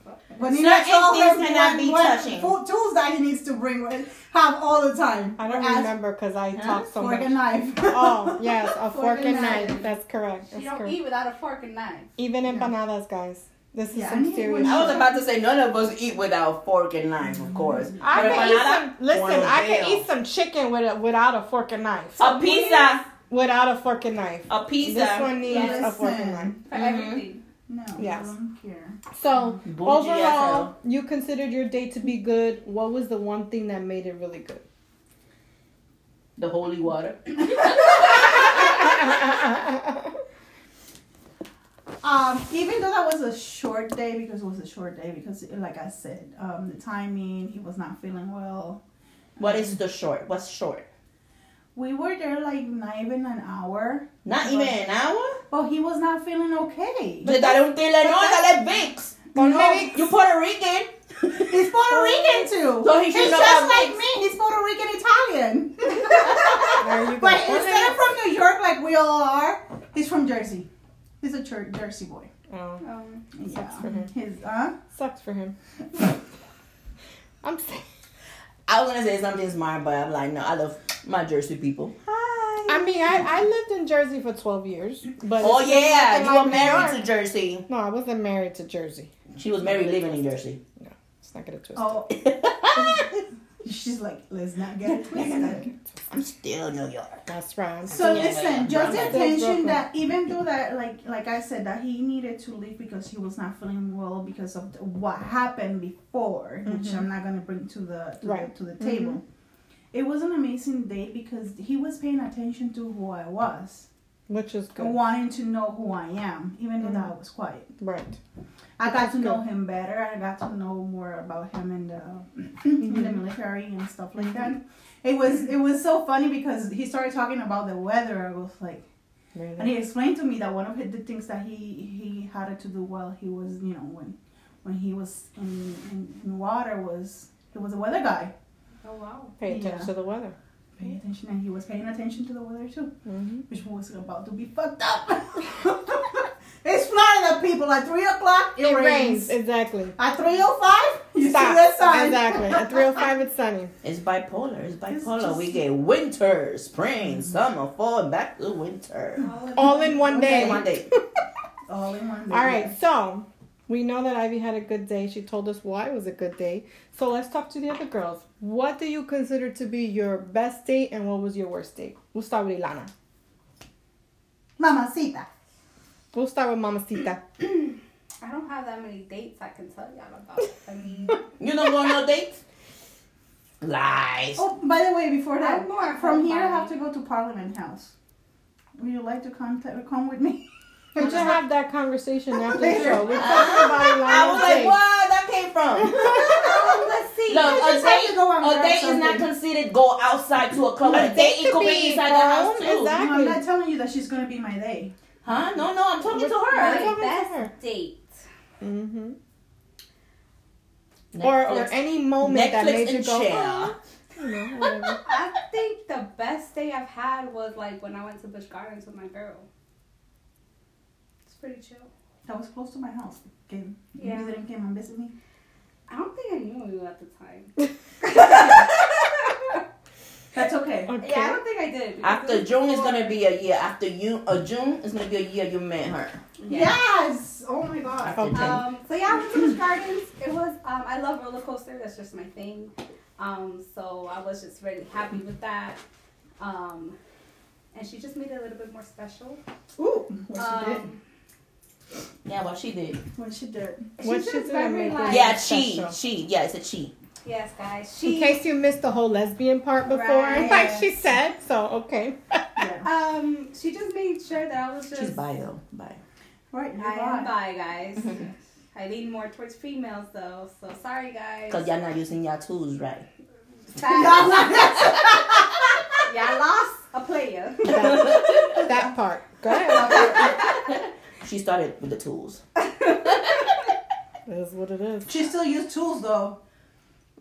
S3: Certain
S2: When Nina told
S3: things
S2: him
S3: cannot
S2: what,
S3: be
S2: what
S3: touching.
S2: food tools that he needs to bring with, have all the time.
S1: I don't
S2: As
S1: remember because I talked so
S2: Fork
S1: much.
S2: and knife.
S1: Oh, yes,
S2: *laughs*
S1: a fork and knife. That's correct.
S4: She
S1: That's
S4: don't
S1: correct.
S4: eat without a fork and knife.
S1: Even
S2: Yeah.
S1: empanadas, guys. This is
S2: Yeah, I
S1: some
S2: need
S1: serious
S2: one.
S3: I
S1: shit.
S3: was about to say none of us eat without fork and knife, of course.
S1: I
S3: But
S1: can
S3: empanada,
S1: eat some, listen,
S3: one
S1: I can
S3: hell.
S1: eat some chicken with a, without a fork and knife.
S3: A pizza,
S1: Without a fork and knife.
S3: a
S1: This
S3: pizza.
S1: one needs a fork and knife.
S4: For
S3: Mhm.
S4: everything.
S2: No,
S1: Yes.
S2: I don't care.
S1: So,
S3: Bougie as
S1: overall,
S3: hell.
S1: you considered your date to be good. What was the one thing that made it really good?
S3: the holy water.
S2: Um, even though that was a short day because it was a short day because, like I said, um, the timing he was not feeling well.
S3: What is the short? What's short?
S2: We were there like not even an hour,
S3: Not even an hour.
S2: but he was not feeling okay.
S3: But dale un Tylenol, dale Vicks.
S2: But
S3: You
S2: no-
S3: know, You Puerto Rican.
S2: He's Puerto Rican too.
S3: *laughs* So he should
S2: He's
S3: know
S2: just
S3: about
S2: like me. He's Puerto Rican Italian.
S1: *laughs*
S3: *laughs*
S1: There you go.
S2: but instead of from New York like we all are, he's from Jersey. He's a Jer- Jersey boy.
S1: Oh.
S4: Um,
S2: Yeah. uh,
S1: for
S3: Mm-hmm.
S1: him.
S2: His huh?
S1: Sucks for him. *laughs* I'm saying.
S3: I was gonna say something smart, but I'm like, no, I love my Jersey people. Hi.
S1: I mean, I, I lived in Jersey for 12 years, but
S3: Oh yeah,
S1: Nothing
S3: you
S1: like
S3: were
S1: New
S3: married
S1: York.
S3: to Jersey.
S1: no, I wasn't married to Jersey.
S3: She was married living in Jersey.
S1: It's not gonna twist.
S2: Oh, *laughs* she's like, let's not get it twisted.
S3: I'm still New York.
S1: That's right.
S2: So
S3: Yeah,
S2: listen,
S3: yeah,
S2: just the
S3: yeah.
S2: attention that even though that like like I said that he needed to leave because he was not feeling well because of the, what happened before, which I'm not gonna bring to the to,
S1: Mm-hmm. Right. Mm-hmm.
S2: the, to the table. It was an amazing day because he was paying attention to who I was
S1: Which is
S2: and
S1: good. Mm-hmm.
S2: wanting to know who I am, even though that I was quiet.
S1: Right.
S2: I got to
S1: good.
S2: know him better. I got to know more about him in the *clears throat* in the military and stuff like that. It was it was so funny because he started talking about the weather. I was like. And
S1: Really.
S2: he explained to me that one of the things that he he had to do while he was you know when when he was in, in, in water was he was a weather guy.
S4: oh wow.
S1: Pay attention
S2: Yeah.
S1: to the weather.
S2: Paying attention and he was paying attention to the weather too,
S1: Mm-hmm.
S2: which was about to be fucked up. *laughs* it's Florida people at three o'clock it, rains.
S1: Exactly.
S2: At three o five you see the
S1: Stop.
S2: sun.
S1: Exactly. At 305, it's sunny.
S3: It's bipolar. It's bipolar.
S2: just-
S3: We get winter, spring, summer, fall, and back to winter.
S1: All in one day.
S3: One day.
S2: All in one. day.
S1: All right. So we know that Ivy had a good day. She told us why it was a good day. So let's talk to the other girls. What do you consider to be your best date, and what was your worst date? We'll start with Ilana.
S2: Mamacita.
S1: We'll start with Mamacita.
S3: *clears throat*
S4: I don't have that many dates I can tell y'all about. I mean,
S3: You don't go on no dates? Lies.
S2: Oh, by the way, before that,
S4: I'm more
S2: from here I
S4: homebody.
S2: have to go to Parliament House. Would you like to contact, come with *laughs* me?
S1: We should have that
S3: *laughs*
S1: conversation after the
S2: Later.
S1: show. We're talking about Ilana's
S3: I was like,
S1: date.
S3: what? That came from.
S4: um, let's see.
S3: Look, a
S2: just have
S3: date,
S2: to go and
S3: a
S2: grab
S3: date is not
S2: something.
S3: considered go outside to a club.
S1: A
S3: A date,
S1: date
S3: it could
S1: could
S3: be
S1: be
S3: inside the house
S1: home,
S3: too.
S1: exactly.
S2: No, I'm not telling you that she's gonna be my day.
S3: Huh? No, no, I'm talking to
S1: We're
S3: her.
S1: talking
S7: My
S1: to her.
S7: best date.
S1: Mm-hmm. Or or any moment that
S3: Netflix
S1: made you
S3: and
S1: go.
S3: chill.
S1: "Oh," you know,
S3: *laughs*
S1: whatever.
S7: I think the best day I've had was like when I went to Busch Gardens with my girl. It's pretty chill.
S2: That was close to my house. Came.
S7: Yeah.
S2: You didn't came and visit me.
S7: I don't think I knew you at the time.
S2: That's okay.
S7: Yeah, I
S1: Okay.
S7: don't think I did. because it
S3: After
S7: was
S3: June is gonna
S7: before-
S3: be a year. After you, uh, June is gonna be a year you met her.
S7: Yeah.
S2: Yes. Oh my god.
S3: After June.
S7: Um, so yeah, I went to Busch Gardens. It was um, I love roller coaster. That's just my thing. Um, so I was just really happy with that. Um, and she just made it a little bit more special.
S2: Ooh. What she did.
S7: Um,
S3: Yeah, well, she did.
S2: What she did.
S1: What
S7: she's
S1: she
S7: just
S1: did
S7: very
S1: make
S7: like.
S1: it
S3: Yeah, she,
S1: special.
S3: she. Yeah, it's a she.
S7: yes, guys.
S1: In
S7: She
S1: case you missed the whole lesbian part before, *laughs*
S7: Right.
S1: like she said, so okay.
S2: Yeah.
S7: um she just made sure that I was just
S3: She's bi though. Bi.
S2: Right.
S7: I am
S2: Bye.
S7: bi, guys. I lean more towards females though, so sorry, guys.
S3: Cause y'all not using y'all tools right.
S2: *laughs*
S7: Y'all y'all lost a
S3: *laughs*
S7: player.
S1: That, that part. Go ahead.
S3: She started with the tools.
S1: It is what it is.
S2: *laughs* She still used tools though.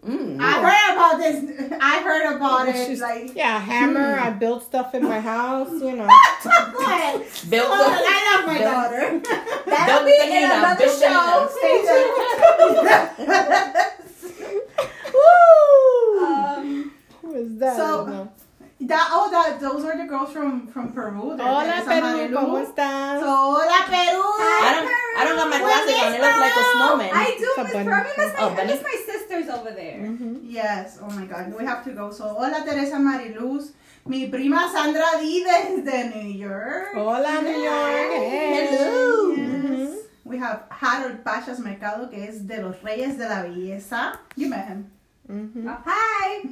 S3: Mm.
S2: I heard about this. I heard about it.
S1: She's-
S2: like, *laughs*
S1: Yeah, hammer. I build stuff in my house. You know.
S2: go *laughs* ahead.
S3: Built
S2: Well,
S3: the,
S2: I love my
S3: Bill-
S2: daughter.
S3: That'll be in another show. *laughs*
S7: Um,
S1: Who is that?
S2: So-
S1: I don't know.
S2: That oh that those are the girls from from Peru. They're
S1: Hola, Peru.
S2: from
S1: ¿Cómo
S2: Honolulu.
S1: estás?
S2: So, hola Peru.
S3: I don't, I don't got my glasses on. It looks like a snowman.
S7: I do
S1: It's a
S7: miss
S1: bunny.
S7: her. I miss, my,
S3: Oh,
S7: I
S3: bunny.
S7: miss my sisters over there.
S1: Mhm.
S2: Yes. Oh my God. We have to go. So hola Teresa Mariluz. Mi prima Sandra D desde New York.
S1: Hola, New York. Hey.
S2: Hello.
S1: Mhm.
S2: Yes. We have Harold Pachas Mercado, que es de los Reyes de la Belleza. You met him.
S1: Mhm.
S7: Oh, hi.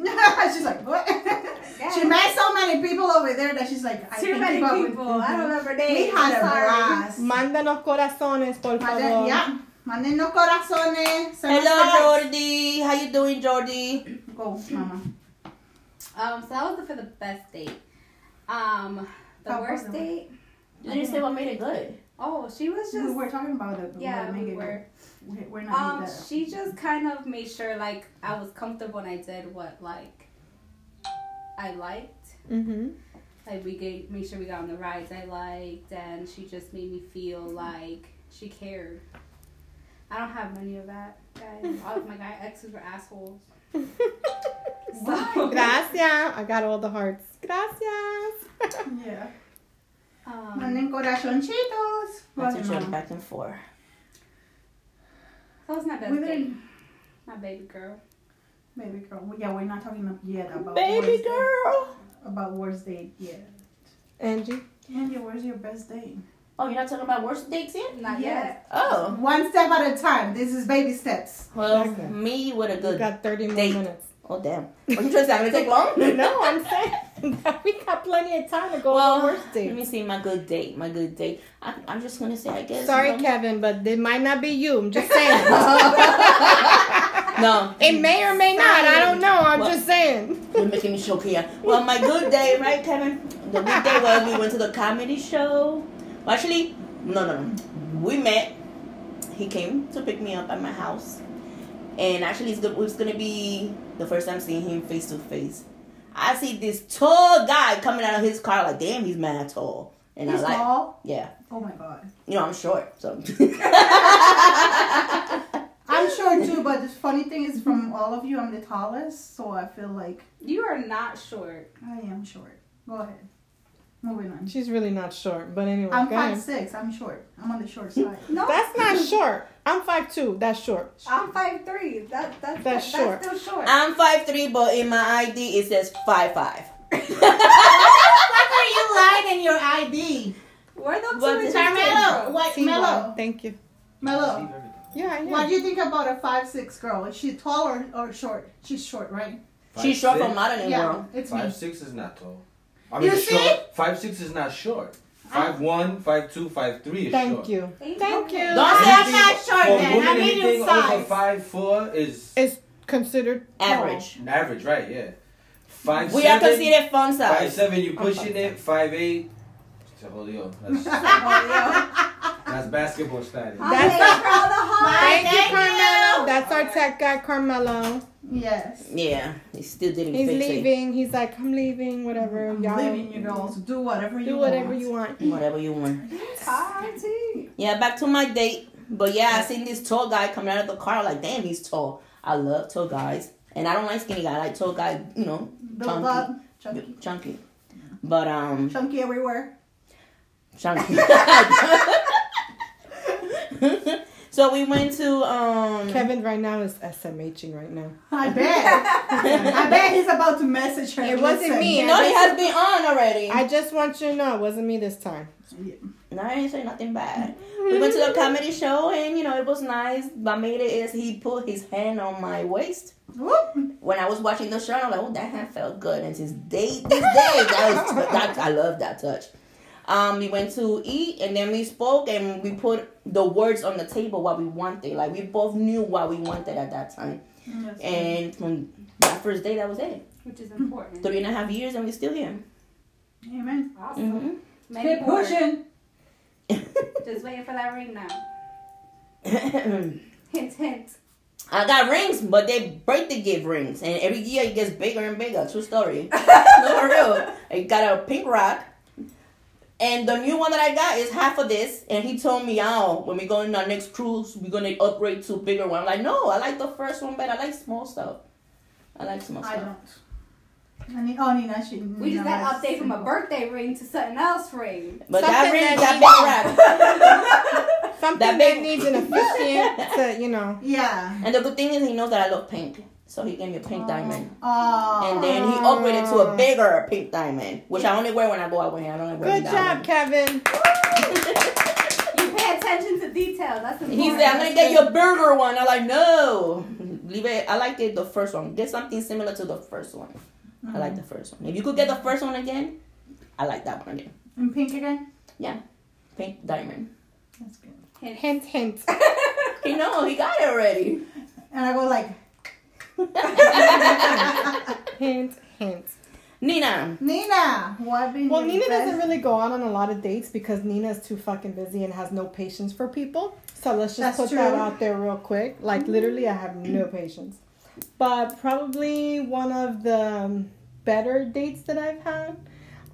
S2: *laughs* she's like, what?
S7: Yeah.
S2: She met so many people over there that she's like, I
S7: Too
S2: can't
S7: many
S2: keep up with-
S7: people. I don't remember names.
S2: We had a
S7: I'm sorry.
S2: blast.
S1: Mándanos corazones, por favor.
S2: Manden, yeah. Manden no corazones. Send us
S3: Hello,
S2: hearts.
S3: Jordy. How you doing, Jordy?
S2: Go, mama.
S7: Um, so that was for the best date. Um, the
S2: Oh,
S7: worst
S2: hold on.
S7: date.
S3: You didn't say what made it good.
S7: Oh, she was
S2: We
S7: just.
S2: were talking about it. but
S7: yeah,
S2: we're
S7: we
S2: making-
S7: were.
S2: we- We're not
S7: Um,
S2: there.
S7: she just kind of made sure like I was comfortable and I did what like I liked.
S1: Mhm.
S7: Like we gave, made sure we got on the rides I liked, and she just made me feel like she cared. I don't have many of that, guys. *laughs* All of my guy exes were assholes. *laughs* So,
S1: Gracias. I got all the hearts. Gracias.
S2: Yeah.
S7: um,
S2: Manden corazoncitos.
S3: That's
S2: Go,
S3: what you're
S2: mama.
S3: back and forth.
S7: that was my best
S2: We
S7: date.
S2: didn't-
S7: My baby girl.
S2: Baby girl. Well, Yeah, we're not talking ab- yet about
S3: Baby
S2: worst date-
S3: girl.
S2: about worst date yet.
S1: Angie.
S2: Andy, where's your best date?
S3: Oh, you're not talking about worst dates yet?
S7: Not
S2: Yes.
S3: Oh.
S2: One step at a time. This is baby steps.
S3: Well,
S1: Okay.
S3: me with a
S1: We
S3: good.
S1: got 30 more
S3: Date.
S1: minutes.
S3: Oh, damn. What you trying to say? I'm going to take long?
S1: *laughs* No, I'm saying that we got plenty of time to go
S3: Well,
S1: on worst
S3: Let
S1: date.
S3: me see my good date. My good date. I, I'm just going to say, I guess.
S1: Sorry,
S3: um,
S1: Kevin, but it might not be you. I'm *laughs* just saying.
S3: *laughs* No,
S1: it may or may not. I don't know. I'm
S3: Well-
S1: just saying.
S3: you're making me choke here. Well, my good day, right, Kevin? The good day was we went to the comedy show. Well, actually, no, no, no. We met. He came to pick me up at my house, and actually, it's, go- it's gonna be the first time seeing him face to face. I see this tall guy coming out of his car. Like, damn, he's mad tall. And
S2: He's
S3: I like,
S2: small.
S3: yeah,
S2: Oh my god.
S3: you know, I'm short, so. *laughs*
S2: I'm short too, but the funny thing is, from all of you, I'm the tallest, so I feel like
S7: You are not short.
S2: I am short. Go ahead. Moving on.
S1: She's really not short, but anyway.
S2: I'm
S1: go
S2: five
S1: ahead.
S2: six. I'm short. I'm on the short *laughs* side.
S7: No,
S1: That's not short. I'm five two. That's short.
S7: I'm five three. That, that,
S1: That's
S7: that-
S1: short. Uh,
S7: That's still short.
S3: I'm five three, but in my ID it says five five. *laughs*
S2: What are you lying in your ID?
S7: Where the
S3: But
S7: two
S3: this-
S7: inches?
S2: Mellow, what,
S1: See, wow,
S2: Mellow,
S1: Thank you.
S2: Mellow.
S1: Yeah, yeah.
S2: What do you think about a five six girl? Is she tall or, or short? She's short, right?
S3: She's short from
S6: my.
S3: modern
S2: yeah,
S3: world.
S2: it's me.
S6: Five six is not tall. I
S2: You
S6: mean,
S2: see?
S6: short. Five six is not short. Five one, five two, five three is
S1: Ah. Thank
S6: short.
S1: you.
S7: Ain't
S1: Thank
S7: no-
S1: you.
S7: *laughs*
S3: Don't say
S2: I'm not short
S6: For
S2: then.
S6: women,
S2: I'm medium
S6: anything over
S2: size.
S6: five four is
S1: It's considered tall.
S3: Average.
S6: average, right? Yeah. Five
S3: We are
S6: seven,
S3: considered fun
S6: five
S3: size.
S6: seven. You pushing it. Five eight. Se jodió. That's, that's basketball status.
S1: *laughs* That's-
S7: Thank for all the
S1: Thank,
S7: holidays.
S1: you, Carmelo. That's our tech guy, Carmelo.
S2: Yes.
S3: Yeah, he still didn't
S1: He's
S3: fix
S1: leaving. He's like, I'm leaving. Whatever.
S2: I'm
S1: Y'all
S2: leaving you girls. Do whatever you
S1: do
S2: want.
S1: whatever you want.
S3: it. Whatever you want.
S2: Party.
S3: Yeah, back to my date. But yeah, I seen this tall guy coming out of the car. Like, damn, he's tall. I love tall guys, and I don't like skinny guy. I like tall guy. You know,
S2: Build up. Chunky.
S3: chunky. But um,
S2: Chunky everywhere.
S1: *laughs*
S3: chunky. so we went to um.
S1: Kevin right now is SMHing right now.
S2: I bet. I bet he's about to message her.
S1: It wasn't
S2: Listen.
S1: me.
S3: No, he has been on already.
S1: I just want you to know it wasn't me this time.
S3: No, I didn't say nothing bad. We went to the comedy show and you know it was nice. But made it is he put his hand on my waist
S2: Whoop.
S3: when I was watching the show. I'm like, oh, that hand felt good. And since day this day, that was that I love that touch. Um, we went to eat and then we spoke and we put the words on the table what we wanted. Like we both knew what we wanted at that time. And from that first day, that was it.
S4: Which is important.
S3: Three and a half years and we're still here.
S2: Amen.
S4: Awesome.
S3: hmm
S7: Many
S2: Keep
S7: more.
S2: pushing.
S7: Just waiting for that ring now.
S3: *laughs* I
S7: Hint, hint.
S3: got rings, but they birthday gift rings, and every year it gets bigger and bigger. True story. no, for real. I got a pink rock, and the new one that I got is half of this. And he told me, "Oh, when we go on our next cruise, we're gonna upgrade to a bigger one." I'm like, "No, I like the first one better. I like small stuff. I like small
S2: I
S3: stuff."
S2: don't. I need, oh, Nina, she.
S7: We just got update from a birthday ring to something else ring.
S3: But that
S1: Something
S3: ring,
S1: that
S3: that big rock.
S1: Something that,
S3: That big-
S1: needs an officiant to, you know.
S2: Yeah.
S3: And the good thing is, he knows that I love pink, so he gave me a pink diamond.
S2: Oh.
S3: And then he upgraded to a bigger pink diamond, which I only wear when I go out with him. I don't wear
S1: Good
S3: that
S1: job,
S3: one.
S1: Kevin.
S3: *laughs*
S7: You pay attention to detail. That's important.
S3: He said, I'm gonna get you a burger one. I'm like, no. Leave it. I like it the first one. Get something similar to the first one. I like the first one. If you could get the first one again, I like that one again.
S2: In pink again?
S3: Pink diamond.
S2: That's good.
S1: Hint, hint.
S3: He know he got it already.
S2: And I go like, *laughs*
S1: Hint, hint.
S3: Nina.
S2: Nina, what been
S1: Well,
S2: your
S1: Nina
S2: Mm-hmm. best-
S1: doesn't really go out on a lot of dates because Nina is too fucking busy and has no patience for people. So let's just
S2: That's
S1: put
S2: true.
S1: that out there real quick. Like literally, I have no patience. But probably one of the um, better dates that I've had.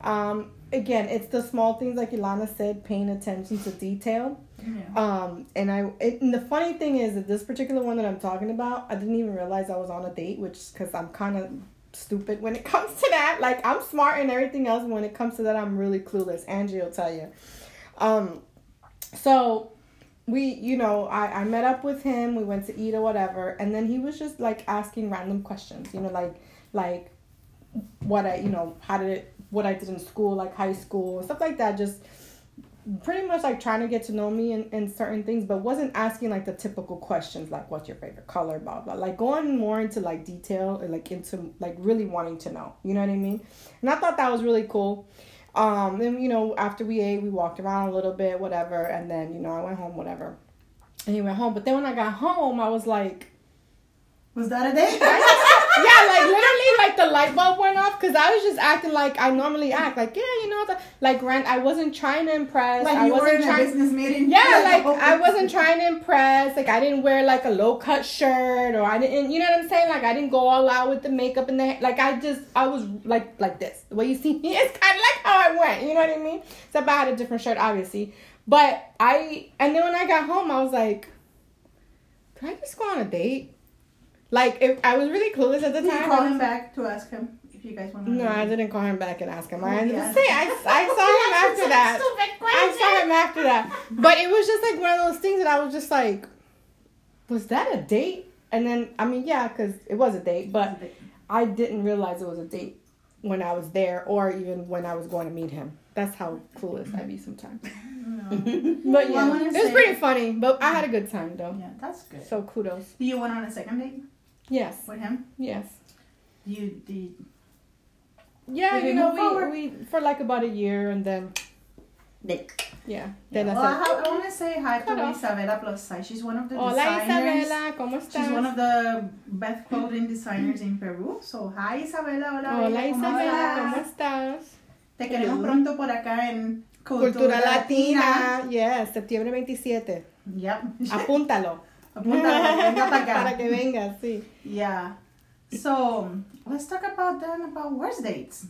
S1: Um, again, it's the small things like Ilana said, paying attention to detail.
S2: Yeah.
S1: Um, and I it, and the funny thing is that this particular one that I'm talking about, I didn't even realize I was on a date, which because I'm kind of stupid when it *laughs* comes to that. Like I'm smart and everything else, but when it comes to that, I'm really clueless. Angie will tell you. Um, so we, you know, I I met up with him. We went to eat or whatever, and then he was just like asking random questions. You know, like like what I you know how did it, what I did in school, like high school stuff like that. Just pretty much like trying to get to know me in, in certain things, but wasn't asking like the typical questions like what's your favorite color, blah blah. Like going more into like detail and like into like really wanting to know. You know what I mean? And I thought that was really cool. Um then you know, after we ate, we walked around a little bit, whatever, and then, you know, I went home, whatever. And he went home. But then when I got home, I was like *laughs*
S2: Was that a date?
S1: yeah, like literally, like the light bulb went off because I was just acting like I normally act. Like, yeah, you know, the, like, Grant, I wasn't trying to impress.
S2: like
S1: I
S2: you were
S1: wasn't
S2: in a
S1: trying.
S2: business meeting?
S1: Yeah, like
S2: oh,
S1: I wasn't trying to impress. Like I didn't wear like a low cut shirt, or I didn't. You know what I'm saying? Like I didn't go all out with the makeup and the. Like I just I was like like this. The way you see me *laughs* is kind of like how I went. You know what I mean? Except I had a different shirt, obviously. But I and then when I got home, I was like, "Can I just go on a date?" Like if, I was really clueless at the
S2: Did you
S1: time.
S2: call
S1: I was-
S2: him back to ask him if you guys want to?
S1: no, I didn't call him back and ask him. I
S2: Oh, Yeah.
S1: ended up saying I, I
S2: *laughs*
S1: saw him after that. I saw him after that. But it was just like one of those things that I was just like, was that a date? And then, I mean, yeah, because it was a date, but I didn't realize it was a date when I was there or even when I was going to meet him. That's how clueless I be
S2: *laughs*
S1: sometimes.
S3: Oh.
S1: But
S2: Well, I
S1: yeah,
S2: wanna
S1: it was
S2: say-
S1: pretty funny, but I had a good time though.
S2: Yeah, that's good.
S1: So kudos.
S2: Do you went on a second date
S1: Yes,
S2: with him?
S1: yes.
S2: You did.
S1: Yeah,
S2: Did we
S1: you know,
S2: move forward?
S1: we, we, for like about a year and then,
S3: *laughs* Nick.
S1: yeah. Then
S2: well,
S1: I
S2: I,
S1: said,
S2: have, I want to say hi to
S1: Cut off.
S2: Isabella Plus Size. She's one of the
S1: Hola
S2: designers.
S1: Isabela, ¿cómo estás?
S2: She's one of the best clothing designers in Peru. So, hi Isabella. Hola,
S1: Hola
S2: bella, ¿cómo
S1: Isabela,
S2: estás?
S1: ¿cómo estás?
S2: Te queremos pronto por acá en
S1: Cultura Latina. Yes, septiembre 27. *laughs*
S2: Yep.
S1: Apúntalo.
S2: *laughs*
S1: *laughs*
S2: Apúntalo, venga para acá.
S1: Para que vengas, sí.
S2: Yeah. So let's talk about then about worst dates.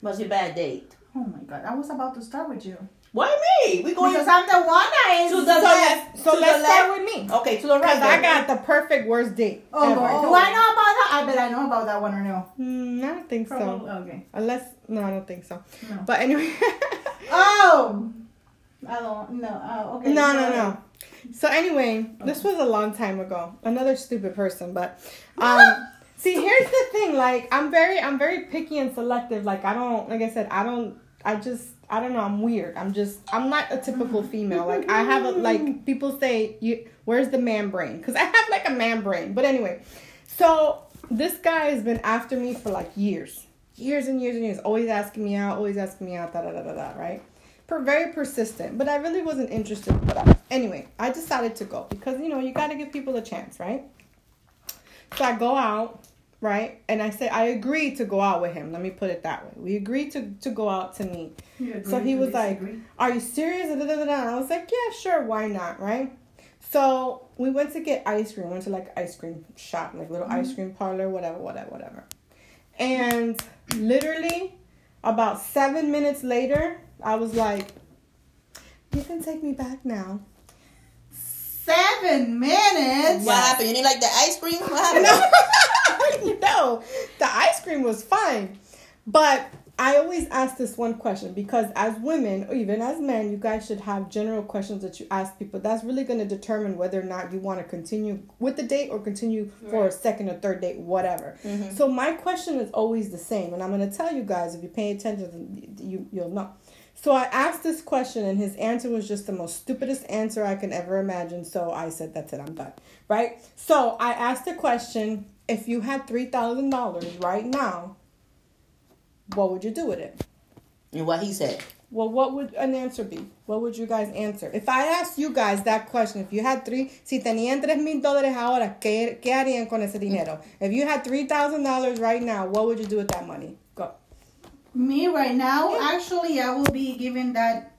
S3: Was your bad date?
S2: Oh my god, I was about to start with you.
S3: Why me? We going
S2: Because I'm the one that is.
S3: to the left.
S1: So
S3: to the
S1: let's
S3: left.
S1: start with me.
S3: Okay, to the right.
S1: Because I
S3: baby.
S1: got the perfect worst date.
S2: Oh,
S1: ever.
S2: Lord. do I know about that? Ah, I bet I know about that one or no.
S1: Mm, I don't think so.
S2: Okay.
S1: Unless, no, I don't think so.
S2: No.
S1: But anyway. *laughs*
S2: Oh. I don't know. Oh, okay.
S1: No, no, no. So anyway, this was a long time ago. Another stupid person, but
S2: *laughs*
S1: um see, here's the thing like I'm very I'm very picky and selective. Like I don't like I said, I don't I just I don't know, I'm weird. I'm just I'm not a typical female. Like I have a, like people say you where's the man brain? Cuz I have like a man brain. But anyway, so this guy has been after me for like years. Years and years and years, always asking me out, always asking me out, da da da da da, right? per- very persistent, but I really wasn't interested. But I, anyway, I decided to go because you know you gotta give people a chance, right? So I go out, right, and I say I agreed to go out with him. Let me put it that way. We agreed to to go out to meet. So he was like, "Are you serious?" Da, da, da, da, da. And I was like, "Yeah, sure, why not?" Right. So we went to get ice cream. Went to like ice cream shop, like little ice cream parlor, whatever, whatever, whatever. And literally, about seven minutes later, I was like, "You can take me back now." *laughs*
S2: Seven minutes.
S3: What happened? You need like the ice cream? What happened?
S1: no, the ice cream was fine. But I always ask this one question because as women, or even as men, you guys should have general questions that you ask people. That's really going to determine whether or not you want to continue with the date or continue for a second or third date, whatever. So my question is always the same, and I'm going to tell you guys if you pay attention, you you'll know. So I asked this question, and his answer was just the most stupidest answer I can ever imagine. So I said, "That's it, I'm done." Right. So I asked the question: If you had three thousand dollars right now, what would you do with it?
S3: And what he said.
S1: Well, what would an answer be? What would you guys answer? If I asked you guys that question, if you had three, si tenían tres mil dólares ahora, ¿qué, qué harían con ese dinero? If you had three thousand dollars right now, what would you do with that money? Go.
S2: Me right now, actually, I will be giving that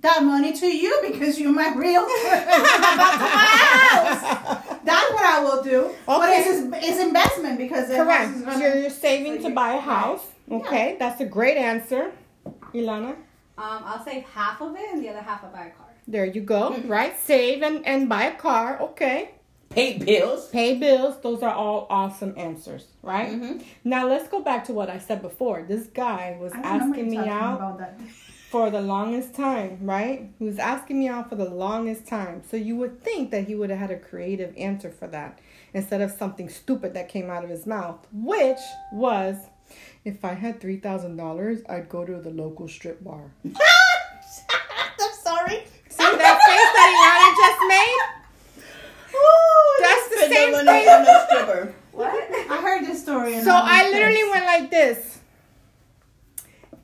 S2: that money to you because you're my real
S1: *laughs*
S2: friend. I'm about to buy a house. That's what I will do. But
S1: Okay.
S2: it's, it's investment because the house
S1: Correct.
S2: is gonna-
S1: You're, you're saving to buy a house. Okay, that's a great answer, Ilana.
S7: Um, I'll save half of it and the other half I'll buy a car.
S1: There you go. Right, save and and buy a car. Okay,
S3: Pay bills.
S1: pay bills. Those are all awesome answers, right? Now let's go back to what I said before. This guy was
S2: Mm-hmm. I don't know what
S1: asking me
S2: you're talking
S1: out
S2: about that.
S1: for the longest time, right? He was asking me out for the longest time. So you would think that he would have had a creative answer for that instead of something stupid that came out of his mouth, which was if I had $3,000, I'd go to the local strip bar. *laughs* See
S3: I'm sorry.
S1: that face that Ilana just made? That's the
S3: Spend
S1: same
S3: no money
S1: face.
S3: on no stripper.
S7: *laughs*
S2: I heard this story. and
S1: So
S2: I'm
S1: I
S2: like,
S1: literally
S2: yes.
S1: went like this.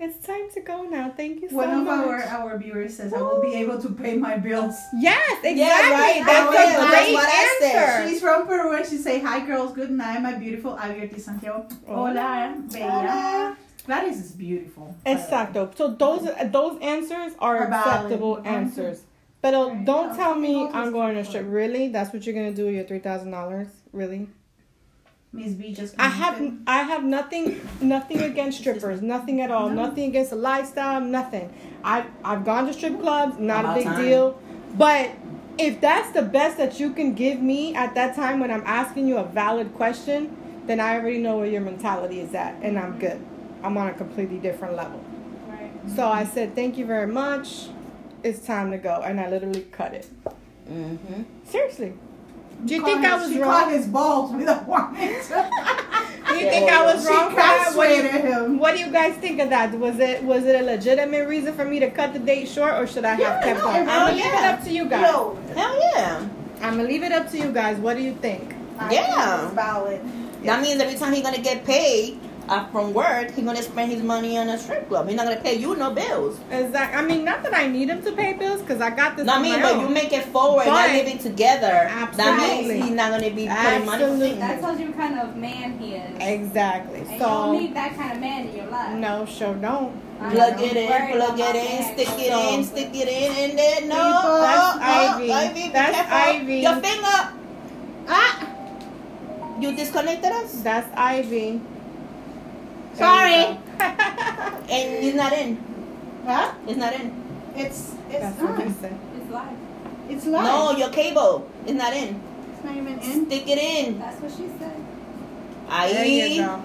S1: It's time to go now. Thank you so
S2: One of
S1: much.
S2: our uh, our viewers says I will be able to pay my bills.
S1: Yes, exactly.
S3: right.
S1: That's
S3: That
S1: a
S3: was-
S1: great
S3: that's what I said.
S1: answer.
S2: She's from Peru and she say hi girls, good night, my beautiful Alberti Santiago. Hola, bella. That is beautiful. by the way.
S1: Exacto. So those those answers are
S2: Are valid.
S1: acceptable
S2: Mhm.
S1: answers. But uh, don't
S2: Yeah.
S1: tell me
S2: Those
S1: I'm
S2: is
S1: going to
S2: good.
S1: strip. Really? That's what you're gonna do with your three thousand dollars? Really?
S2: Miss B just.
S1: I have
S2: commented.
S1: I have nothing nothing against strippers, nothing at all,
S2: No.
S1: nothing against the lifestyle, nothing. I've I've gone to strip clubs, not a
S3: About
S1: big
S3: time.
S1: deal. But if that's the best that you can give me at that time when I'm asking you a valid question, then I already know where your mentality is at, and I'm good. I'm on a completely different level.
S4: Right.
S1: So I said, "Thank you very much. It's time to go," and I literally cut it.
S3: Mm-hmm.
S1: Seriously. Do you
S2: Caught
S1: think I
S2: his-
S1: was
S2: she
S1: wrong?
S2: caught his balls with a warrant.
S1: Do you think I was *laughs*
S2: she
S1: wrong? for that? What do you-
S2: castrated him.
S1: What do you guys think of that? Was it was it a legitimate reason for me to cut the date short, or should I have
S2: Yeah,
S1: kept
S2: no,
S1: on?
S2: it
S1: I'm
S2: really-
S1: gonna leave it up to you guys.
S2: No,
S3: Hell yeah.
S1: I'm gonna leave it up to you guys. What do you think?
S2: I
S3: Yeah.
S2: think it's valid.
S3: That means every time he's gonna get paid uh, from work, he's gonna spend his money on a strip club. He's not gonna pay you no bills.
S1: Is that? I mean, not that I need him to pay bills because I got this.
S3: Not
S1: on
S3: me,
S1: my
S3: but
S1: own.
S3: you make it forward,
S1: But-
S3: not living together. That
S1: Absolutely.
S3: means he's not gonna be putting money.
S1: absolutely.
S7: That tells you what kind of man he is.
S1: Exactly.
S7: And you don't
S1: So
S7: need that kind of man in your life.
S1: no, sure don't.
S7: I
S3: Plug
S7: know.
S3: it in,
S7: Worried
S3: plug
S7: about
S3: it in,
S7: that.
S3: stick it
S1: So-
S3: in, stick it in, and then no,
S1: People,
S3: oh,
S1: that's
S3: oh,
S1: Ivy.
S3: Ivy, be
S1: That's
S3: careful.
S1: Ivy.
S3: Your finger. Ah, you disconnected us,
S1: That's Ivy.
S3: Sorry.
S1: Huh?
S3: and it's not in. It's not in.
S2: It's it's
S1: That's what
S2: on.
S1: they said.
S7: It's live.
S2: It's live.
S3: No, your cable is not in.
S2: It's not even in.
S3: Stick it in.
S7: That's what she said.
S1: There you
S3: Ivy.
S1: go.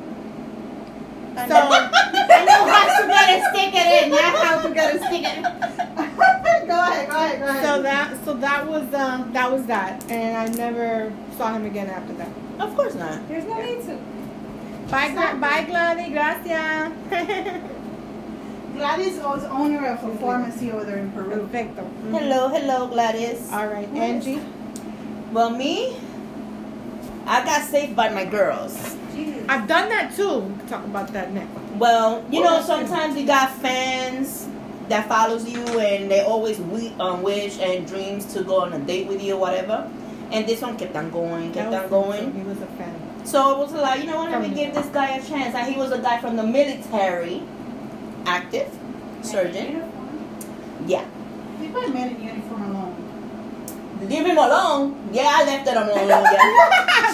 S2: And
S1: So
S4: I know how to get it, stick it in. Not how to get it, stick it in.
S2: then- *laughs* go ahead, go ahead, go ahead.
S1: so that so that was um that was that, and I never saw him again after that.
S3: Of course not.
S7: There's no need to.
S1: Bye, Gla- bye, Gladys. Gracias. *laughs*
S2: Gladys was owner of a pharmacy over there in Peru.
S1: Perfecto. Mhm.
S3: Hello, hello, Gladys.
S1: All right, Angie.
S3: Well, me, I got saved by my girls.
S7: Jesus.
S1: I've done that too. We can talk about that next.
S3: Well, you know, sometimes you got fans that follows you and they always we- um, wish and dreams to go on a date with you or whatever. And this one kept on going,
S1: That
S3: kept
S1: was
S3: on going.
S1: He was a fan.
S3: So I was like, you know what, let me give this guy a chance. And he was a guy from the military, active, surgeon.
S7: Uniform.
S3: Yeah.
S2: Leave my man in uniform alone.
S3: Leave him alone. Yeah, I left it alone. Yeah.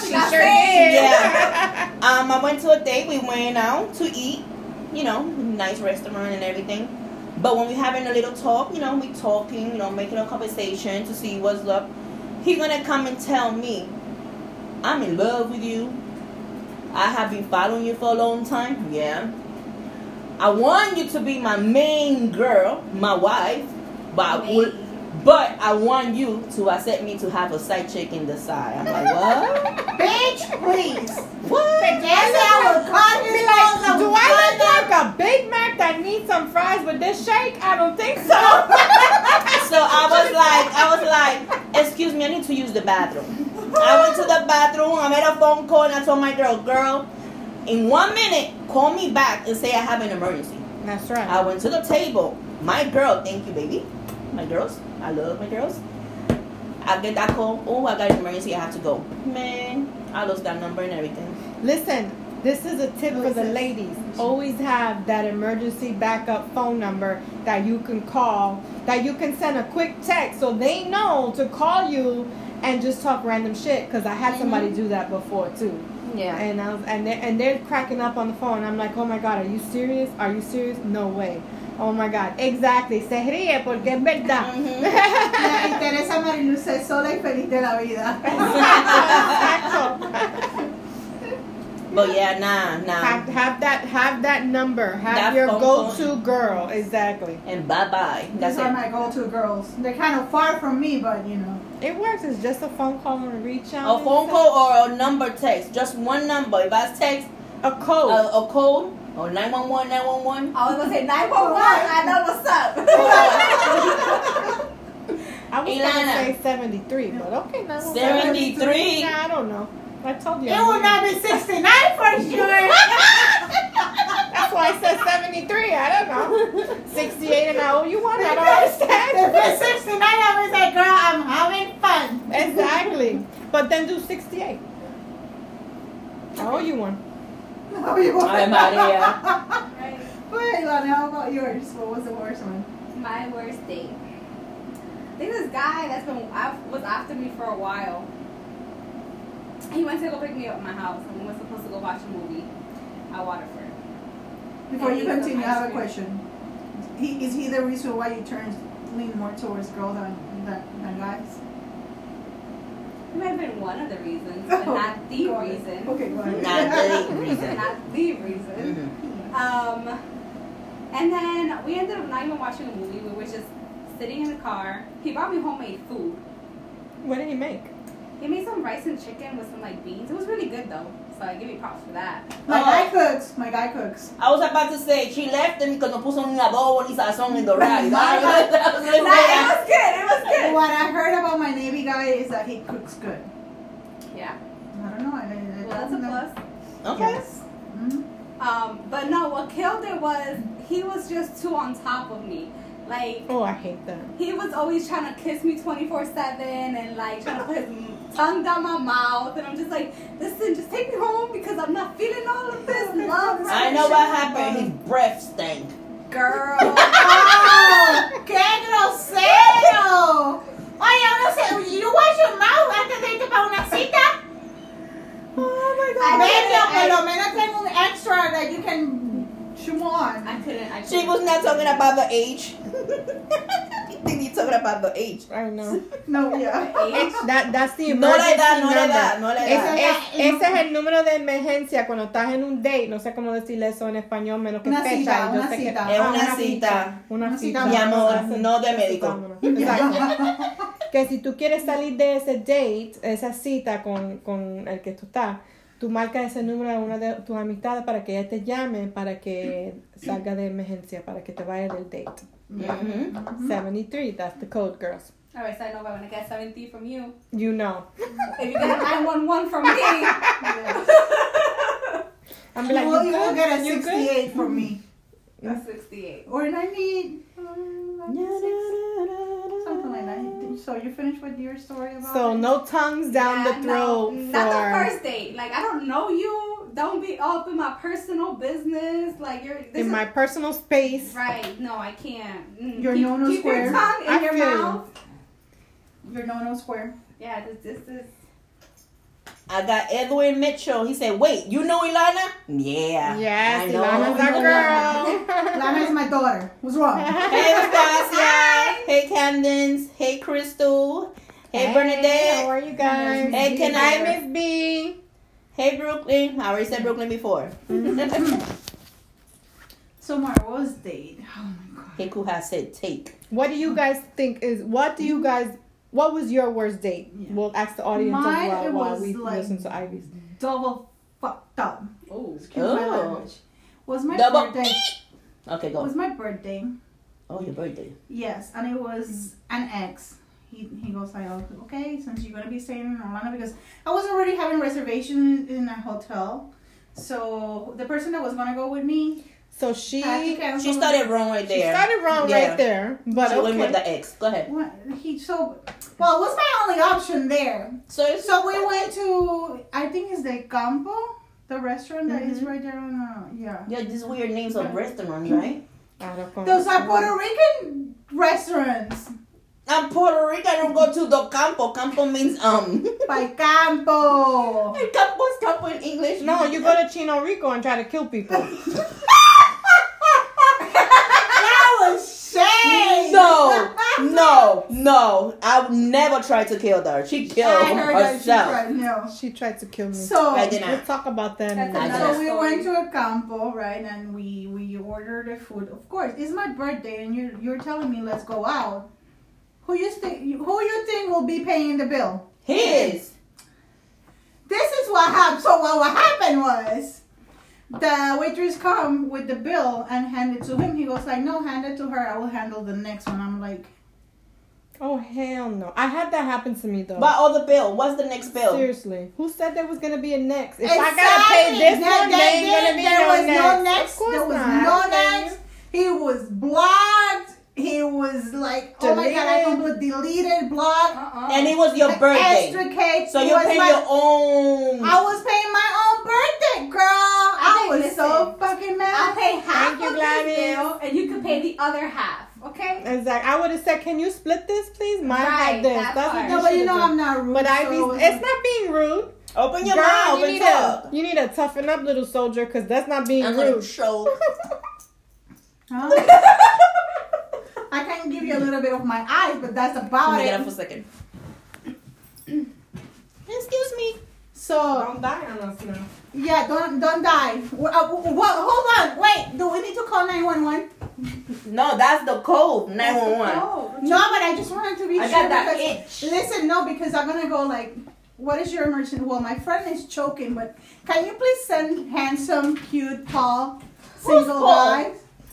S1: *laughs* she sure did.
S3: Yeah. Um, I went to a date. We went out to eat, you know, nice restaurant and everything. But when we having a little talk, you know, we talking, you know, making a conversation to see what's up. He gonna come and tell me, I'm in love with you. I have been following you for a long time. Yeah. I want you to be my main girl, my wife, but I would, but I want you to accept me to have a side chick in the side. I'm like, what?
S2: Bitch, please.
S3: What?
S1: Do I look like a Big Mac that needs some fries with this shake? I don't think so.
S2: *laughs*
S3: So I was like, I was like, excuse me, I need to use the bathroom. I went to the bathroom, I made a phone call, and I told my girl, girl, in one minute, call me back and say I have an emergency.
S1: That's right.
S3: I went to the table. My girl, thank you, baby. My girls, I love my girls. I get that call. Oh, I got an emergency. I have to go. Man, I lost that number and everything.
S1: Listen, this is a tip for the
S2: Listen.
S1: ladies. Always have that emergency backup phone number that you can call, that you can send a quick text so they know to call you and just talk random shit. Because I had
S2: Mm-hmm.
S1: somebody do that before too.
S3: Yeah.
S1: And I was, and they and they're cracking up on the phone. I'm like, oh my god, are you serious? Are you serious? No way. Oh my god, exactly. Se ríe porque es verdad.
S3: Mm-hmm.
S2: Yeah, y Teresa Marilu says, sola y feliz de la
S7: *laughs*
S2: vida.
S1: *laughs* Exacto.
S3: *laughs* But yeah, nah, nah.
S1: have, have that have that number. Have
S3: That
S1: your
S3: phone
S1: go to girl. Exactly.
S3: And bye bye. That's
S2: These are
S3: it.
S2: my go-to girls. They're kind of far from me, but you know. *laughs*
S1: It works. It's just a phone call and a reach
S3: A
S1: out.
S3: phone call or a number text. Just one number. If I text
S1: A code.
S3: a, a code or 911, 911.
S7: I was gonna say 911. I know what's up.
S3: Oh,
S1: I was
S3: Ilana.
S1: gonna say seventy three, but okay, now
S3: 73.
S1: Yeah, I don't know. I told you.
S2: It will not be 69 for sure.
S1: That's why I said seventy three. I don't know.
S3: *laughs*
S1: Sixty eight, and I owe you one. I don't understand.
S2: If it's 69, I was like, girl, I'm having fun.
S1: exactly. But then do sixty eight. I owe you one.
S2: Oh, you want-
S3: I'm outta
S7: Right.
S2: Wait, Lana, how about yours? What was the worst one?
S7: My worst date. There's this guy that's been af- was after me for a while. He went to go pick me up at my house, and we were supposed to go watch a movie at Waterford.
S2: Before you
S7: Anything
S2: continue, I
S7: ice
S2: have a
S7: cream.
S2: question. He, is he the reason why you turned lean more towards girl than, than, than guys?
S7: It might have been one of the reasons, but not the
S2: Go ahead.
S7: reason.
S2: Okay, go ahead.
S3: Not the reason.
S7: Not the reason.
S3: Mhm.
S7: Um, and then we ended up not even watching a movie. We were just sitting in the car. He brought me homemade food.
S1: What did he make?
S7: He made some rice and chicken with some like beans. It was really good though, so I give you props for that.
S2: *laughs* my
S3: Oh.
S2: guy cooks. My guy cooks.
S3: I was about to say she left him because no puso ni adobo ni sazón ni dorado. I was
S7: Nah,
S3: like,
S7: it was good. It was good.
S2: What I heard about my Navy guy is that he cooks good.
S7: Yeah,
S2: I don't know. I, I, I
S7: well, that's a
S2: don't know.
S7: plus.
S3: Okay.
S2: Mhm.
S7: Um, but no, what killed it was he was just too on top of me. Like
S1: Oh, I hate that.
S7: he was always trying to kiss me twenty four seven and like trying to put his tongue down my mouth, and I'm just like, listen, just take me home because I'm not feeling all of this love.
S3: I know what happened. His breath stank.
S7: girl.
S3: Oh
S2: por lo menos ten un extra that you can chew on.
S7: I couldn't. I
S3: She
S7: couldn't.
S3: was not talking about the age. *laughs* they need talking about the age.
S1: I know.
S2: No, yeah.
S1: That, that's the
S3: *laughs* No la
S1: emergency
S3: edad, no la
S1: number.
S3: edad, no la edad.
S1: Ese es, ese es el número de emergencia cuando estás en un date. No sé cómo decirle eso en español, menos que
S2: Una
S1: fecha.
S2: cita,
S1: y yo
S2: una
S1: sé que-
S2: cita.
S3: Es
S1: Ah,
S3: una cita.
S1: Una
S2: Una
S1: cita.
S2: cita.
S3: Mi amor,
S1: Exacto.
S3: no de médico.
S2: *laughs*
S1: Exacto. que si tú quieres salir de ese date, esa cita con, con el que tú estás, tú marcas ese número a una de tus amistades para que ella te llame, para que salga de emergencia, para que te vaya del date.
S3: Mhm.
S1: 73, that's the code, girls.
S7: All right, so I know if I'm gonna get 70 from you.
S1: You know.
S7: If you get a 911 from me,
S1: I'm
S2: You
S1: like,
S2: will,
S1: you
S2: you will
S1: good?
S2: get a
S1: You good?
S2: 68 from me.
S7: that's 68.
S2: Or 90. Um, Something like that. So you finished with your story about
S1: So
S2: it?
S1: no tongues down
S7: Yeah,
S1: the
S7: no,
S1: throat
S7: Not
S1: for
S7: the first date. Like I don't know you. Don't be up in my personal business. Like you're this
S1: in
S7: is,
S1: my personal space.
S7: right. No, I can't. Mm.
S2: Your
S7: keep,
S2: no-no
S7: keep
S2: square.
S7: your tongue in
S1: I
S7: your
S1: feel you.
S7: mouth.
S2: Your no-no square.
S7: Yeah, this, this is.
S3: I got Edwin Mitchell. He said, "Wait, you know Ilana? Yeah, I
S1: Yes,
S3: know
S1: Ilana's our girl.
S2: Lana is my daughter. What's wrong?
S3: Hey, Nastasia. hey, Camdens. Hey, Crystal. Hey,
S1: How
S3: Bernadette.
S1: are you guys?
S3: Hey, can
S1: Hi,
S3: I?
S1: Miss B.
S3: Hey, Brooklyn. I already said Brooklyn before. *laughs* hey,
S2: *laughs* So Mara, what was date? Oh my god.
S3: Kuha said take.
S1: What do you guys think is what do you guys what was your worst date?
S2: Mm-hmm. Yeah.
S1: We'll ask the audience
S2: Mine,
S1: as well
S2: it
S1: while
S2: was
S1: we
S2: like-
S1: listen to Ivy's.
S2: Double fucked up.
S7: Oh,
S2: Excuse my
S3: Oh.
S2: language. Was my
S3: Double
S2: birthday.
S3: Okay, go.
S2: Was my birthday.
S3: Oh, your birthday.
S2: Yes, and it was
S3: Mm.
S2: an ex. He, he goes like, "Oh, okay, since you're gonna be staying in Orlando, because I was already having reservation in a hotel, so the person that was gonna go with me,
S1: So she
S2: had to cancel
S3: She started wrong right
S1: she
S3: there.
S1: started wrong
S3: Yeah.
S1: right there, but
S3: she went with
S1: okay.
S3: the ex. Go ahead.
S2: What he so well it was my only option there.
S3: So, it's-
S2: So we went to I think it's the Campo, the restaurant that
S3: Mm-hmm.
S2: is right there on uh, yeah.
S3: yeah, these weird names of restaurants, right?
S1: Out of control.
S2: Those are Puerto Rican restaurants.
S3: I'm Puerto Rican. I don't go to the campo. Campo means um. *laughs*
S2: By Campo.
S3: campo is campo in English.
S1: No, you go to Chino Rico and try to kill people.
S2: *laughs* that was shade.
S3: No, *laughs*
S2: *laughs*
S3: no, no. I would never try to kill her. She killed
S2: I heard that she
S3: herself.
S2: tried, no.
S1: she tried to kill me.
S2: So
S3: I did
S1: we'll
S3: not.
S1: talk about that. in a
S7: That's
S1: minute.
S3: another
S2: so we
S7: story.
S2: went to a campo, right? And we we ordered the food. Of course, it's my birthday, and you you're telling me let's go out. Who you think who you think will be paying the bill?
S3: His.
S2: This is what happened. So what, what happened was the waitress come with the bill and hand it to him. He goes like, no, hand it to her. I will handle the next one. I'm like,
S1: Oh hell no. I had that happen to me though.
S3: But all the bill. What's the next bill?
S1: Seriously, who said there was gonna be a next? If I gotta pay this one,
S2: Exactly.
S1: there ain't gonna be
S2: there
S1: no
S2: was
S1: next.
S2: no
S1: Of
S2: next.
S1: course
S2: There was
S1: not.
S2: no next. He was blocked. He was like, oh my god, I completely deleted, blocked.
S7: Uh-uh.
S3: And it was your birthday.
S2: Extricate.
S3: So
S2: It
S3: you
S2: was
S3: pay
S2: my-
S3: your own.
S2: I was paying my own birthday, girl. I,
S7: think-
S2: was so
S7: listen,
S2: fucking
S7: I'll
S2: mad.
S7: pay half
S1: Thank you,
S7: of this
S1: Gladys.
S7: bill, and you can pay the other half. Okay.
S1: Exactly. I would have said, "Can you split this, please?" Mine had
S7: Right,
S1: this.
S7: that
S1: That's what
S7: part.
S1: you
S2: No, but you
S1: should've
S2: know
S1: done.
S2: I'm not rude.
S1: But I
S2: so
S1: be,
S2: it was-
S1: it's not being rude.
S3: Open your
S1: Girl,
S3: mouth
S1: you,
S3: and
S1: need
S3: talk.
S1: a, you need to toughen up, little soldier, because that's not being
S3: I'm gonna
S1: rude.
S3: show.
S2: Huh? I can give you a little bit of my eyes, but that's about
S3: Let me get up
S2: it.
S3: for a second. *laughs* Excuse me.
S2: So
S1: die on us now.
S2: yeah, don't don't die. Wha- uh, wha- wha- hold on, wait. Do we need to call nine one one?
S3: No, that's the code. Nine one one.
S7: Oh,
S2: No, but I just wanted to be
S3: I
S2: sure
S3: got that
S2: because
S3: itch.
S2: listen, no, because I'm gonna go like, what is your emergency? Well, my friend is choking, but can you please send handsome, cute Paul, single
S3: Paul?
S2: guy,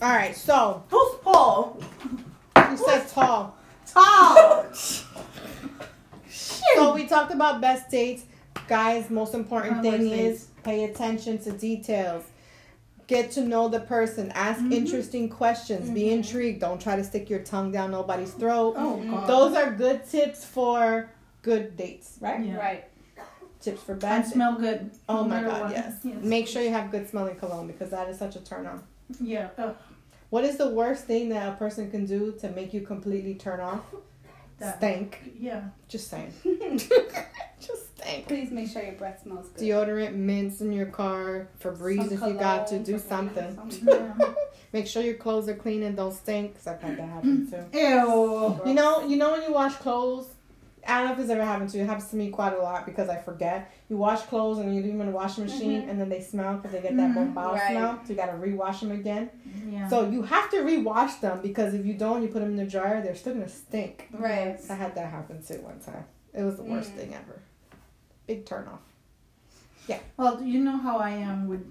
S1: All right, so
S3: Who's Paul?
S1: you said tall.
S2: tall?
S1: So we talked about best dates, guys. Most important
S2: My
S1: thing
S2: worst
S1: is pay attention to details. Get to know the person. Ask
S2: Mm-hmm.
S1: interesting questions. Be intrigued. Don't try to stick your tongue down nobody's throat.
S2: Oh God.
S1: Those are good tips for good dates, right?
S2: Yeah.
S7: right.
S1: Tips for bad
S2: And
S1: dates.
S2: smell good.
S1: Oh my
S2: Number
S1: god,
S2: one.
S1: yes. Make sure you have good smelling cologne because that is such a turn on.
S2: Yeah. Ugh.
S1: What is the worst thing that a person can do to make you completely turn off?
S2: That-
S1: Stink.
S2: Yeah.
S1: *laughs* Just saying. Just
S3: Thank
S7: Please make sure your breath smells good.
S1: Deodorant, mints in your car, Febreze
S7: Some
S1: if you got to
S7: cologne,
S1: do
S7: perfume,
S1: something.
S7: something.
S1: Make sure your clothes are clean and don't stink. Cause I've had that happen too.
S2: Ew.
S1: You know, you know when you wash clothes. I don't know if it's ever happened to you. It happens to me quite a lot because I forget. You wash clothes and you leave them in the washing machine, and then they smell because they get that
S2: Mhm,
S1: bombal
S7: right.
S1: smell. So you gotta rewash them again.
S2: Yeah.
S1: So you have to rewash them because if you don't, you put them in the dryer, they're still gonna stink.
S7: Right.
S1: I had that happen too one time. It was the worst
S7: Mm.
S1: thing ever. Big turn off.
S2: Well, you know how I am with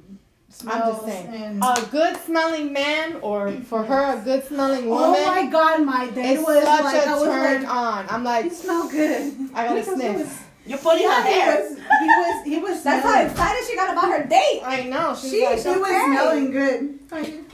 S2: smells
S1: saying.
S2: and.
S1: A good smelling man, or for her, a good smelling woman.
S2: oh my god, my day
S1: It's
S2: was
S1: such
S2: like
S1: a
S2: I was
S1: turn
S2: like,
S1: on. I'm
S2: you
S1: like,
S2: smell good.
S1: I gotta
S2: Because it
S1: sniff.
S2: was-
S3: You put in her
S2: he
S3: hair.
S2: was he was he was.
S7: That's how
S2: smelling-
S7: excited she got about her date.
S1: I know. She's
S2: She
S1: like,
S2: she was
S1: okay.
S2: smelling good.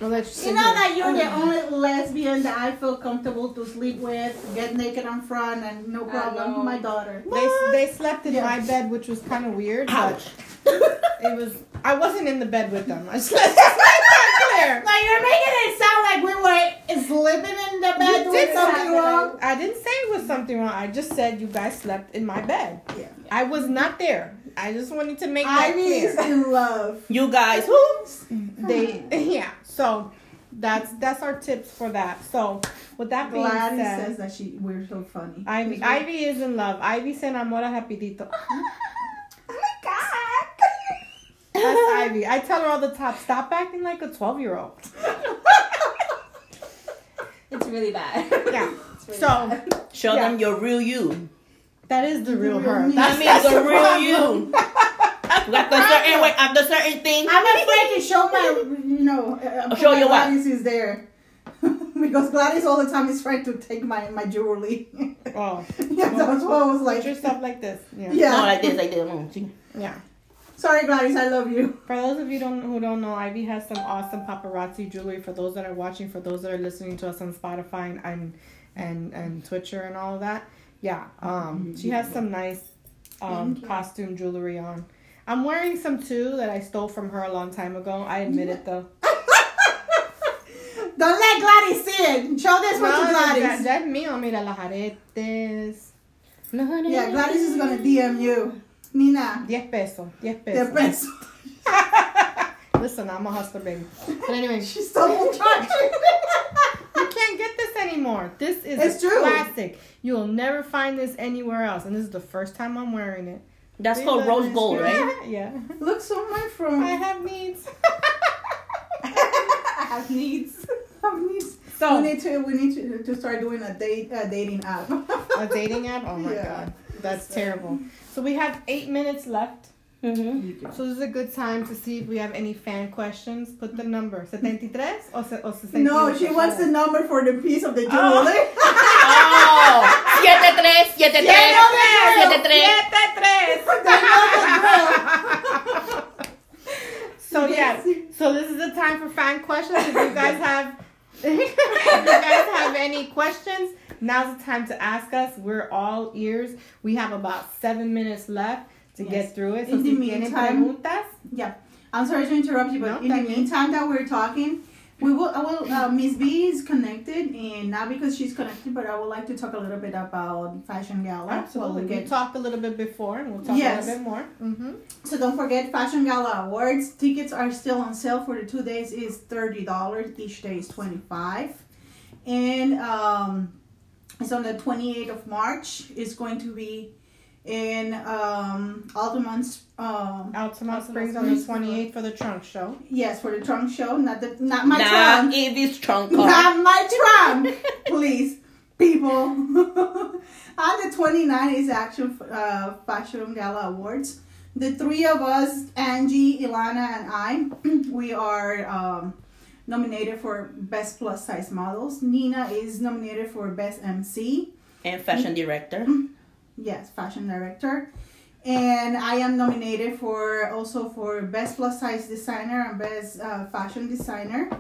S1: I'll let you sit
S2: You know
S1: here.
S2: that you're the only lesbian that I feel comfortable to sleep with, get naked on front, and no problem.
S7: know.
S2: My daughter.
S1: They, they slept in
S2: Yeah.
S1: my bed, which was kind of weird.
S3: Ouch.
S1: But it was. I wasn't in the bed with them. I slept *laughs* clear.
S2: Like you're making it sound like we were slipping in the bed
S1: You
S2: doing
S1: did
S2: something
S1: something
S2: wrong.
S1: wrong. I didn't say it was something wrong. I just said you guys slept in my bed.
S2: Yeah.
S1: I was not there. I just wanted to make that
S2: Ivy
S1: clear.
S2: is in *laughs* love.
S3: You guys, who?
S1: they yeah. So that's that's our tips for that. So with that being
S2: Gladys
S1: said,
S2: says that she we're so funny.
S1: Ivy Ivy is in love. Ivy se enamora rapidito.
S7: Oh my god.
S1: That's Ivy. I tell her all the time, stop acting like a twelve year old.
S7: It's really bad.
S1: Yeah. So
S3: Show
S1: Yeah.
S3: them your real you.
S1: that is the real
S2: real
S1: her.
S2: me.
S1: That's-
S3: That means the real you. After certain way, after certain thing.
S2: I'm afraid to show my no. Uh,
S3: Show
S2: my
S3: your what?
S2: Gladys is there *laughs* because Gladys all the time is trying to take my my jewelry. *laughs*
S1: oh,
S2: yeah, that's what I was
S1: put
S2: like.
S1: yourself like this. Yeah.
S2: Yeah.
S3: No, like this, like this. Mm, see?
S1: Yeah.
S2: Sorry, Gladys, I love you.
S1: For those of you don't who don't know, Ivy has some awesome paparazzi jewelry. For those that are watching, for those that are listening to us on Spotify and and and, and Twitcher and all that. Yeah.
S2: Mm-hmm.
S1: Um. She has some nice um costume jewelry on. I'm wearing some too that I stole from her a long time ago. I admit it though.
S2: Don't let Gladys see it. Show this one to
S1: that,
S2: Gladys.
S1: that's me. Oh, mira las aretes.
S2: Yeah, Gladys is gonna DM you. Nina,
S1: 10 pesos. 10
S2: the
S1: pesos.
S2: best.
S1: *laughs*
S2: *laughs*
S1: Listen, I'm a hustler, baby. But
S2: *laughs*
S1: anyway,
S2: She's double charging.
S1: you can't get this anymore. This is
S2: It's
S1: a
S2: true.
S1: classic. You'll never find this anywhere else. And this is the first time I'm wearing it.
S3: That's called rose gold, right?
S1: *laughs* Yeah.
S2: Look, so my
S1: I
S2: from
S1: have needs.
S7: I have
S2: *laughs*
S7: needs.
S2: we
S1: so,
S2: need to we need to, to start doing a date a dating
S1: *laughs*
S2: app.
S1: a dating app? Oh my
S2: Yeah.
S1: God. That's terrible. So, we have eight minutes left.
S3: Mm-hmm.
S1: So, this is a good time to see if we have any fan questions. Put the number 73 or se- or 68.
S2: no, she wants the number for the piece of the jewelry.
S3: Oh, siete tres, siete tres, siete tres.
S2: *laughs*
S1: So yes, so this is the time for fan questions. If you
S2: *laughs*
S1: guys have, *laughs* if you guys have any questions, now's the time to ask us. We're all ears. We have about seven minutes left to
S2: Yes.
S1: get through it. So
S2: In the
S1: si tienen
S2: meantime- oh,
S1: preguntas,
S2: I'm sorry to interrupt you, but
S1: No,
S2: in the
S1: thank you.
S2: meantime that we're talking, we will. I will. Uh, Miss B is connected, and not because she's connected, but I would like to talk a little bit about Fashion Gala. while we
S1: absolutely. We
S2: get-
S1: talked a little bit before, and we'll talk
S2: Yes.
S1: a little bit more. Mm-hmm.
S2: So don't forget Fashion Gala Awards. Tickets are still on sale for the two days. is thirty dollars each day is twenty five, and um, it's on the twenty eighth of March. It's going to be in um, Altamont. Um,
S1: Altamont
S2: Altamont
S1: Springs on the
S2: Springs.
S1: twenty eighth for the trunk show.
S2: yes, for the trunk show. Not the not my
S3: Nah,
S2: trunk.
S3: it is trunk call.
S2: Not my trunk, please, people. *laughs* On the 29 is Action uh, Fashion Gala Awards. The three of us, Angie, Ilana, and I, *clears throat* we are um, nominated for Best Plus Size Models. Nina is nominated for Best MC.
S3: And fashion director.
S2: Yes, Fashion Director. And I am nominated for also for Best Plus Size Designer and Best uh, Fashion Designer.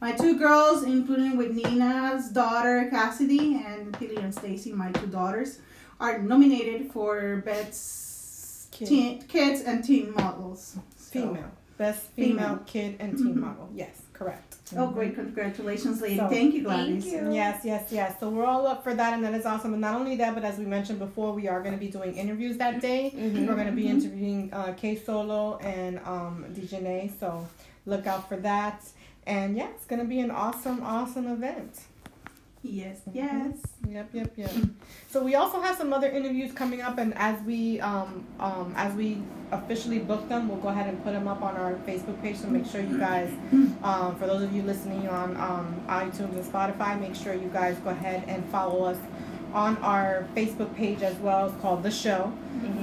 S2: My two girls, including with Nina's daughter Cassidy and Tilly and Stacy, my two daughters, are nominated for Best
S1: Kid.
S2: teen, Kids and Teen Models. So,
S1: Female, best female kid and
S2: Mm-hmm.
S1: teen model. Yes, correct.
S2: Oh, great. Congratulations, lady.
S1: So-
S2: Thank you,
S7: Thank
S2: Gladys.
S7: you.
S1: Yes, yes, yes. So we're all up for that, and that is awesome. And not only that, but as we mentioned before, we are going to be doing interviews that day. We're going to be interviewing uh, K Solo and um, Dejanay, so look out for that. And yeah, it's going to be an awesome, awesome event.
S2: Yes, yes.
S1: Yep, yep, yep. So we also have some other interviews coming up, and as we um, um, as we officially book them, we'll go ahead and put them up on our Facebook page. So make sure you guys, um, for those of you listening on um, iTunes and Spotify, make sure you guys go ahead and follow us on our Facebook page as well. It's called the show.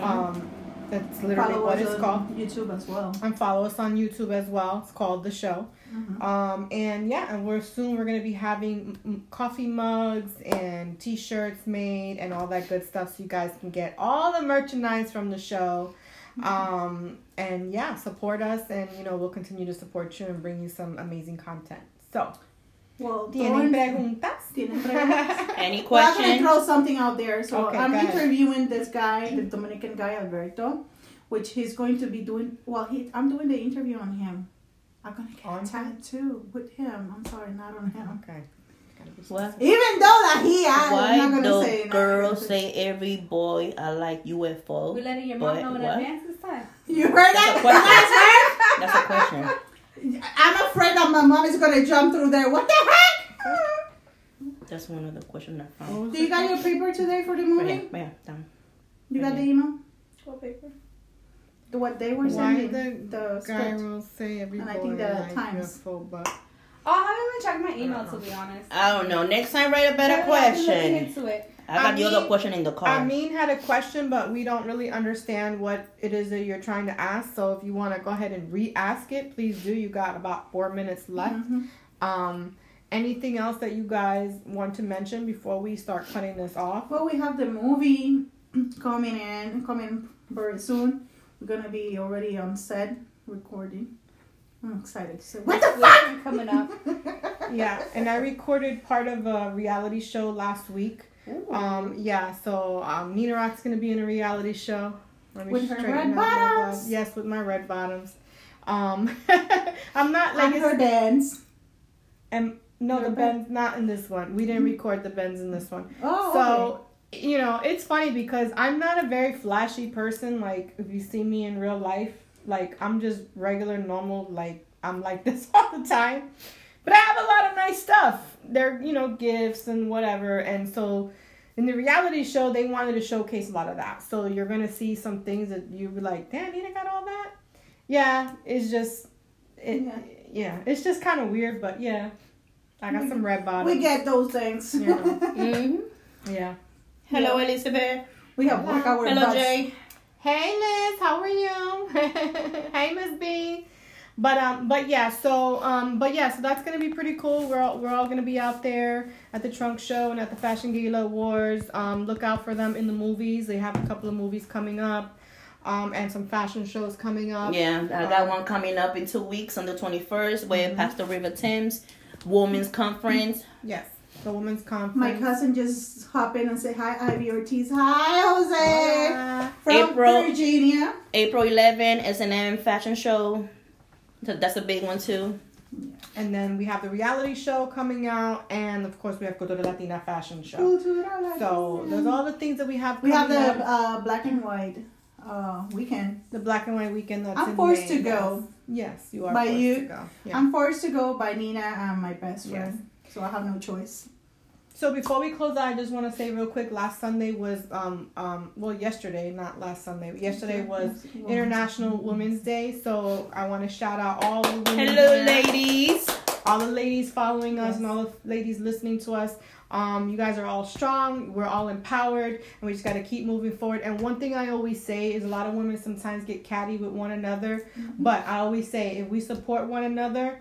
S1: Um, that's literally
S2: Mm-hmm. Follow
S1: what
S2: us
S1: it's
S2: on
S1: called.
S2: YouTube as well.
S1: And follow us on YouTube as well. It's called the show.
S2: Mm-hmm.
S1: Um, and yeah, and we're soon we're gonna be having m- m- coffee mugs and T-shirts made and all that good stuff, so you guys can get all the merchandise from the show.
S2: Mm-hmm.
S1: Um, and yeah, support us, and you know we'll continue to support you and bring you some amazing content. So,
S2: Well,
S1: ¿tienen
S2: Doris-
S1: preguntas? *laughs*
S2: Tienen preguntas? Well,
S3: Any
S2: I'm gonna
S3: questions?
S2: throw something out there. So
S1: Okay,
S2: I'm
S1: go ahead.
S2: interviewing this guy, the Dominican guy Alberto, which he's going to be doing. Well, he I'm doing the interview on him. I'm gonna get
S1: On
S2: a tattoo with him. I'm sorry, not on him.
S1: okay. Gotta be-
S3: What?
S2: Even though that he, I, I'm
S3: Why
S2: not gonna say.
S3: do
S2: it.
S3: girls say every boy I like
S7: We're
S3: UFO?
S7: letting your mom
S3: What?
S7: know in
S3: What?
S7: advance this time.
S2: *laughs* You heard that?
S3: That's a question. That's a question.
S2: I'm afraid that my mom is gonna jump through there. What the
S3: *laughs*
S2: heck?
S3: That's one of the questions I found.
S1: What was
S2: Do you
S1: it?
S2: got your paper today for the
S3: Right here,
S2: movie?
S3: right here, down.
S2: You got the email?
S4: What paper?
S2: The what they were
S1: Why
S2: sending?
S1: the
S2: the
S1: guy
S2: script.
S1: will say every
S2: And
S1: boy
S2: I think the
S1: like
S2: times.
S1: UFO, but
S7: Oh, I haven't even checked my email to be honest.
S3: I don't know. Next time, write a better
S7: Maybe I've been looking
S3: question.
S7: Into it.
S3: I got
S1: I
S3: the other
S1: mean-
S3: question in the car.
S1: I mean, had a question, but we don't really understand what it is that you're trying to ask. So if you want to go ahead and re-ask it, please do. You got about four minutes left.
S2: Mhm.
S1: Um, anything else that you guys want to mention before we start cutting this
S2: *laughs*
S1: off?
S2: Well, we have the movie coming in, coming very soon. We're gonna be already on set recording. I'm excited. So what the
S7: What's coming up?
S2: fuck?
S1: Yeah, and I recorded part of a reality show last week. Um, yeah, so um, Nina Rock's gonna be in a reality show. Let
S2: With her
S1: straighten
S2: red
S1: out my glove.
S2: bottoms.
S1: Yes, with my red bottoms. Um, *laughs* I'm not like
S2: like
S1: it's-
S2: her dance.
S1: No,
S2: Your
S1: the
S2: bed?
S1: bends not in this one. We didn't record the bends in this one.
S2: Oh,
S1: so you know, it's funny because I'm not a very flashy person. Like if you see me in real life, like I'm just regular, normal. Like I'm like *laughs* this all the time. But I have a lot of nice stuff. They're you know gifts and whatever. And so in the reality show, they wanted to showcase a lot of that. So you're gonna see some things that you be like, damn, Nina got all that. Yeah, it's just it.
S2: Yeah.
S1: Yeah, it's just kind of weird, but yeah. I got some red
S2: okay.
S1: bottoms.
S2: Hmm. we get those things.
S1: um, Yeah.
S3: hmm
S1: yeah.
S3: Hello, Elizabeth.
S2: *laughs* we have work our
S3: Hello,
S2: butts.
S3: Jay.
S1: Hey Liz, how are you? *laughs* hey Miss B. But um, but yeah, so um, but yeah, so that's gonna be pretty cool. We're all, we're all gonna be out there at the Trunk Show and at the Fashion Gala Awards. Um, look out for them in the movies. They have a couple of movies coming up, um, and some fashion shows coming up.
S3: Yeah, I
S1: Um,
S3: got one coming up in two weeks on the 21st
S1: Mm-hmm.
S3: with Pastor River Thames Women's Conference.
S1: Yes, the Women's Conference.
S2: My cousin just hop in and say hi, Ivy Ortiz. Hi, Jose
S1: Hola.
S2: from
S3: April.
S2: Virginia.
S3: April 11, S&M Fashion Show. So That's a big one, too.
S1: And then we have the reality show coming out, and of course we have Cultura Latina Fashion Show. So there's all the things that we have.
S2: we have
S1: coming up.
S2: the uh, black and white uh, weekend.
S1: The black and white weekend that's
S2: I'm
S1: in
S2: forced
S1: May.
S2: to go.
S1: Yes, you are
S2: By
S1: forced
S2: you.
S1: to go. Yeah.
S2: I'm forced to go by Nina and my best
S1: Yes.
S2: friend. So I have no choice.
S1: so before we close out, I just want to say real quick. Last Sunday was um um well yesterday, not last Sunday. But yesterday was International Women's Day. So I want to shout out all the women.
S3: Hello,
S1: here.
S3: ladies.
S1: all the ladies following us and all the ladies listening to us. Um, you guys are all strong. We're all empowered, and we just got to keep moving forward. And one thing I always say is, a lot of women sometimes get catty with one another,
S7: Mm-hmm.
S1: but I always say if we support one another,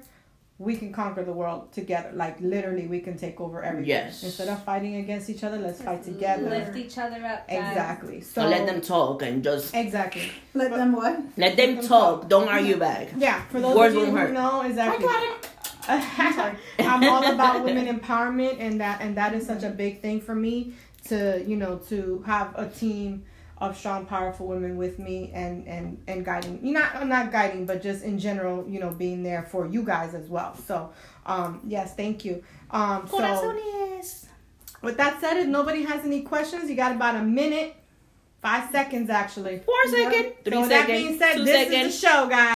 S1: we can conquer the world together. Like literally, we can take over everything.
S3: Yes.
S1: Instead of fighting against each other, let's fight together.
S7: Lift each other up. Guys.
S1: Exactly. So
S3: Don't let them talk and just
S1: Eh, Exactly.
S2: Let them what?
S3: let them talk. Don't argue back.
S1: Yeah. For those
S3: Words
S1: of you
S3: won't
S1: who
S3: hurt.
S1: know, exactly.
S2: it.
S1: I'm all about women empowerment, and that and that is such a big thing for me to you know to have a team of strong, powerful women with me and and and guiding. You not not guiding, but just in general, you know, being there for you guys as well. So, um, yes, thank you. Um, so
S3: Corazones.
S1: with that said, if nobody has any questions, you got about a minute, five seconds actually.
S3: Four second, three
S1: so
S3: second,
S1: that being said,
S3: two
S1: this
S3: second.
S1: is the show, guys.